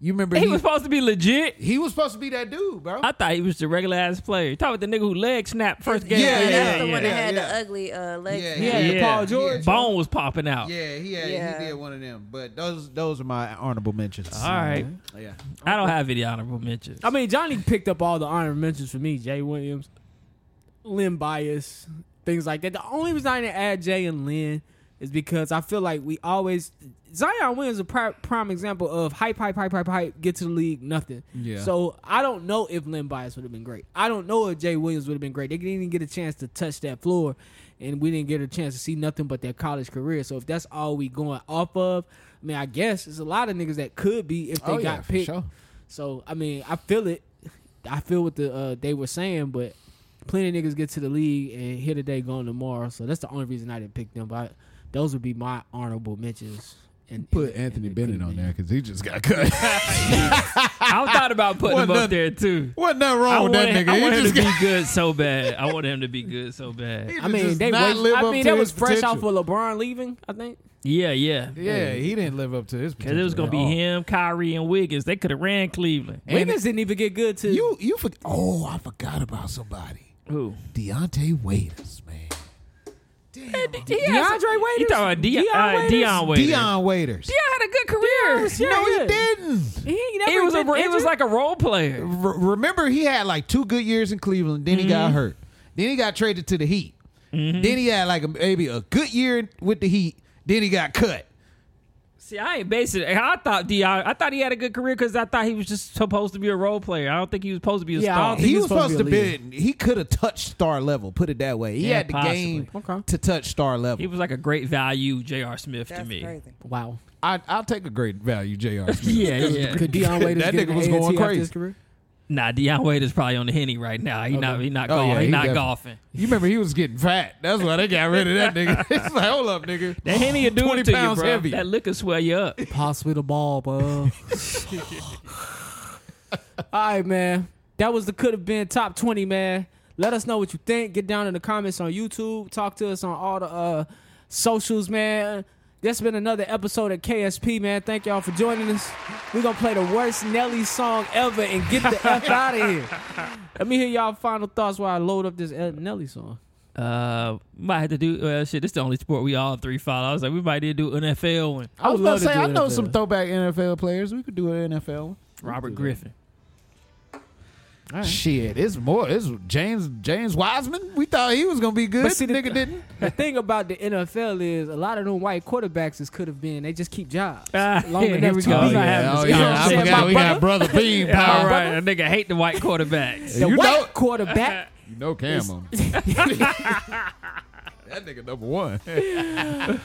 [SPEAKER 3] You remember
[SPEAKER 1] he was supposed to be legit.
[SPEAKER 3] He was supposed to be that dude, bro.
[SPEAKER 1] I thought he was the regular ass player. You talking about the nigga who leg snapped first game?
[SPEAKER 3] Yeah,
[SPEAKER 6] Yeah,
[SPEAKER 3] yeah,
[SPEAKER 6] that's the one that
[SPEAKER 3] yeah,
[SPEAKER 6] had
[SPEAKER 3] yeah.
[SPEAKER 6] the ugly uh, leg.
[SPEAKER 3] Yeah,
[SPEAKER 6] snap.
[SPEAKER 3] yeah.
[SPEAKER 5] the Paul George.
[SPEAKER 1] Bone was popping out.
[SPEAKER 3] yeah, he had,
[SPEAKER 6] Yeah.
[SPEAKER 3] he did one of them. But those those are my honorable mentions.
[SPEAKER 1] All right,
[SPEAKER 3] Yeah.
[SPEAKER 1] I don't have any honorable mentions.
[SPEAKER 5] I mean, Johnny picked up all the honorable mentions for me. Jay Williams, Lynn Bias, things like that. The only reason I didn't add Jay and Lynn is because I feel like we always Zion Williams is a pri- prime example of hype, hype, hype, hype, hype. Get to the league, nothing.
[SPEAKER 3] Yeah.
[SPEAKER 5] So I don't know if Lynn Bias would have been great. I don't know if Jay Williams would have been great. They didn't even get a chance to touch that floor, and we didn't get a chance to see nothing but their college career. So if that's all we going off of, I mean, I guess there's a lot of niggas that could be if they
[SPEAKER 3] Oh, yeah,
[SPEAKER 5] got
[SPEAKER 3] for
[SPEAKER 5] picked.
[SPEAKER 3] sure.
[SPEAKER 5] So I mean, I feel it. I feel what the uh, they were saying, but plenty of niggas get to the league and here today, gone tomorrow. So that's the only reason I didn't pick them. But I, those would be my honorable mentions. And
[SPEAKER 4] Put
[SPEAKER 5] and-
[SPEAKER 4] Anthony
[SPEAKER 5] and-
[SPEAKER 4] Bennett on there because he just got cut.
[SPEAKER 1] I thought about putting him
[SPEAKER 3] Wasn't
[SPEAKER 1] up
[SPEAKER 3] nothing-
[SPEAKER 1] there too.
[SPEAKER 3] Wasn't nothing
[SPEAKER 1] I
[SPEAKER 3] wrong
[SPEAKER 1] want,
[SPEAKER 3] with that
[SPEAKER 1] him, I
[SPEAKER 3] nigga.
[SPEAKER 1] want
[SPEAKER 3] He
[SPEAKER 1] him to
[SPEAKER 3] just got
[SPEAKER 1] be good so bad. I want him to be good so bad.
[SPEAKER 5] I mean,
[SPEAKER 3] just
[SPEAKER 5] they.
[SPEAKER 3] not
[SPEAKER 5] Wait,
[SPEAKER 3] live
[SPEAKER 5] I
[SPEAKER 3] up
[SPEAKER 5] mean,
[SPEAKER 3] to
[SPEAKER 5] that was
[SPEAKER 3] his
[SPEAKER 5] fresh
[SPEAKER 3] potential.
[SPEAKER 5] off of LeBron leaving. I think.
[SPEAKER 1] Yeah, yeah.
[SPEAKER 3] Yeah, he didn't live up to his
[SPEAKER 1] Because
[SPEAKER 3] potential.
[SPEAKER 1] it was gonna
[SPEAKER 3] at
[SPEAKER 1] be
[SPEAKER 3] all.
[SPEAKER 1] him, Kyrie, and Wiggins. They could have ran Cleveland.
[SPEAKER 5] Wiggins didn't even get good to
[SPEAKER 4] you you for, oh I forgot about somebody.
[SPEAKER 1] Who?
[SPEAKER 4] Deontay Waiters, man.
[SPEAKER 5] DeAndre Waiters.
[SPEAKER 1] You talking about De-
[SPEAKER 5] Deion
[SPEAKER 1] uh,
[SPEAKER 5] Waiters?
[SPEAKER 1] Deion Waiters?
[SPEAKER 4] Deion Waiters.
[SPEAKER 1] Deion had a good career.
[SPEAKER 5] Yeah,
[SPEAKER 4] no,
[SPEAKER 5] yeah.
[SPEAKER 4] he didn't.
[SPEAKER 5] He ain't never
[SPEAKER 1] He was a. It
[SPEAKER 5] been
[SPEAKER 1] was
[SPEAKER 5] injured.
[SPEAKER 1] like a role player.
[SPEAKER 4] R- remember, he had like two good years in Cleveland. Then he got hurt. Then he got traded to the Heat. Then he had like a, maybe a good year with the Heat. Then he got cut.
[SPEAKER 1] See, I ain't basing. it. I thought Deion. I thought he had a good career because I thought he was just supposed to be a role player. I don't think he was supposed to be a
[SPEAKER 5] Yeah, I
[SPEAKER 1] star.
[SPEAKER 5] don't think
[SPEAKER 4] He
[SPEAKER 5] he's
[SPEAKER 4] was
[SPEAKER 5] supposed
[SPEAKER 4] supposed
[SPEAKER 5] to
[SPEAKER 4] to
[SPEAKER 5] be a
[SPEAKER 4] be. He could have touched star level. Put it that way. He
[SPEAKER 1] Yeah,
[SPEAKER 4] had the game
[SPEAKER 5] possibly. Okay.
[SPEAKER 4] to touch star level.
[SPEAKER 1] He was like a great value J.R. Smith to
[SPEAKER 6] That's
[SPEAKER 1] me.
[SPEAKER 6] crazy.
[SPEAKER 5] wow.
[SPEAKER 4] I, I'll take a great value, Jr.
[SPEAKER 1] Yeah, yeah.
[SPEAKER 5] Could Deion Waiters
[SPEAKER 4] That
[SPEAKER 5] get
[SPEAKER 4] nigga
[SPEAKER 5] an
[SPEAKER 4] was
[SPEAKER 5] AAT
[SPEAKER 4] going
[SPEAKER 5] after
[SPEAKER 4] crazy.
[SPEAKER 5] his career?
[SPEAKER 1] Nah, Deion Waiters probably on the henny right now. He not. He not.
[SPEAKER 4] Oh,
[SPEAKER 1] golf-
[SPEAKER 4] yeah,
[SPEAKER 1] he
[SPEAKER 4] he
[SPEAKER 1] not
[SPEAKER 4] definitely-
[SPEAKER 1] golfing.
[SPEAKER 4] You remember he was getting fat. That's why they got rid of that nigga. It's like, hold up, nigga.
[SPEAKER 1] That henny will do it
[SPEAKER 4] 20
[SPEAKER 1] to you,
[SPEAKER 4] pounds
[SPEAKER 1] bro.
[SPEAKER 4] heavy.
[SPEAKER 1] That liquor swell you up.
[SPEAKER 5] Pass with the ball, bro. All right, man. That was the could have been top 20, man. Let us know what you think. Get down in the comments on YouTube. Talk to us on all the uh, socials, man. That's been another episode of KSP, man. Thank y'all for joining us. We're going to play the worst Nelly song ever and get the F out of here. Let me hear y'all final thoughts while I load up this El- Nelly song.
[SPEAKER 1] Uh, might have to do. Well, shit, this the only sport we all three follow. I was like, we might need to do an NFL one.
[SPEAKER 4] I was
[SPEAKER 5] would
[SPEAKER 4] about
[SPEAKER 5] love
[SPEAKER 4] to say,
[SPEAKER 5] do
[SPEAKER 4] I know
[SPEAKER 5] NFL.
[SPEAKER 4] some throwback NFL players. We could do an NFL.
[SPEAKER 1] Robert Griffin.
[SPEAKER 4] Shit, it's more. It's James James Wiseman. We thought he was gonna be good.
[SPEAKER 5] But see, the-
[SPEAKER 4] nigga didn't.
[SPEAKER 5] The thing about the NFL is a lot of them white quarterbacks is could have been. They just keep jobs
[SPEAKER 1] Ah,
[SPEAKER 5] long
[SPEAKER 1] here
[SPEAKER 5] enough
[SPEAKER 1] we
[SPEAKER 5] to
[SPEAKER 1] go.
[SPEAKER 5] be.
[SPEAKER 1] Oh, yeah.
[SPEAKER 4] Oh
[SPEAKER 1] Having
[SPEAKER 5] You know
[SPEAKER 4] yeah,
[SPEAKER 5] what
[SPEAKER 4] I
[SPEAKER 5] I'm saying,
[SPEAKER 4] forgot
[SPEAKER 5] my
[SPEAKER 4] we got
[SPEAKER 5] brother?
[SPEAKER 4] brother Bean
[SPEAKER 1] All
[SPEAKER 4] power.
[SPEAKER 1] right, that nigga hate the white quarterbacks.
[SPEAKER 5] The
[SPEAKER 4] You
[SPEAKER 5] white
[SPEAKER 4] know-
[SPEAKER 5] quarterback.
[SPEAKER 4] You know Cam. on. that nigga number one.
[SPEAKER 5] yeah,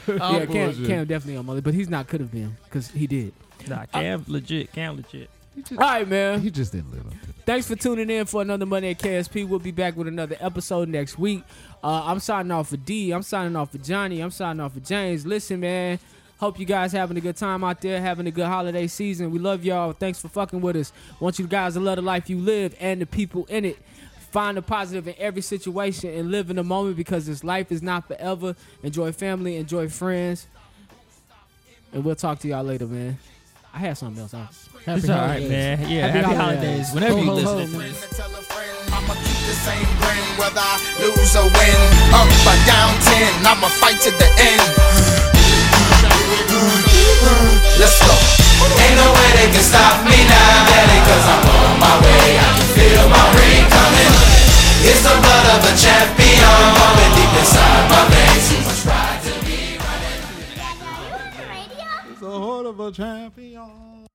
[SPEAKER 5] Cam, Cam definitely on Molly, but he's not could have been because he did.
[SPEAKER 1] Nah, Cam legit. Cam legit.
[SPEAKER 5] All right, man.
[SPEAKER 4] He just didn't live up to it.
[SPEAKER 5] Thanks for tuning in for another Monday at KSP. We'll be back with another episode next week. Uh, I'm signing off for D. I'm signing off for Johnny. I'm signing off for James. Listen, man. Hope you guys having a good time out there, having a good holiday season. We love y'all. Thanks for fucking with us. Want you guys to love the life you live and the people in it. Find the positive in every situation and live in the moment because this life is not forever. Enjoy family, enjoy friends, and we'll talk to y'all later, man. I had something else. I- Happy
[SPEAKER 1] It's all right, man. Yeah, happy, holidays. Whenever you listen to this.
[SPEAKER 7] Tell a friend I'ma keep the same grin whether I lose or win. Up or down ten, I'ma fight to the end. Let's go. Ain't no way they can stop me now, daddy, cause I'm on my way. I can feel my ring coming. It's the blood of a champion bumping deep inside my veins. Too much pride to be.
[SPEAKER 8] Dad, are you on the radio?
[SPEAKER 4] It's a heart of a champion.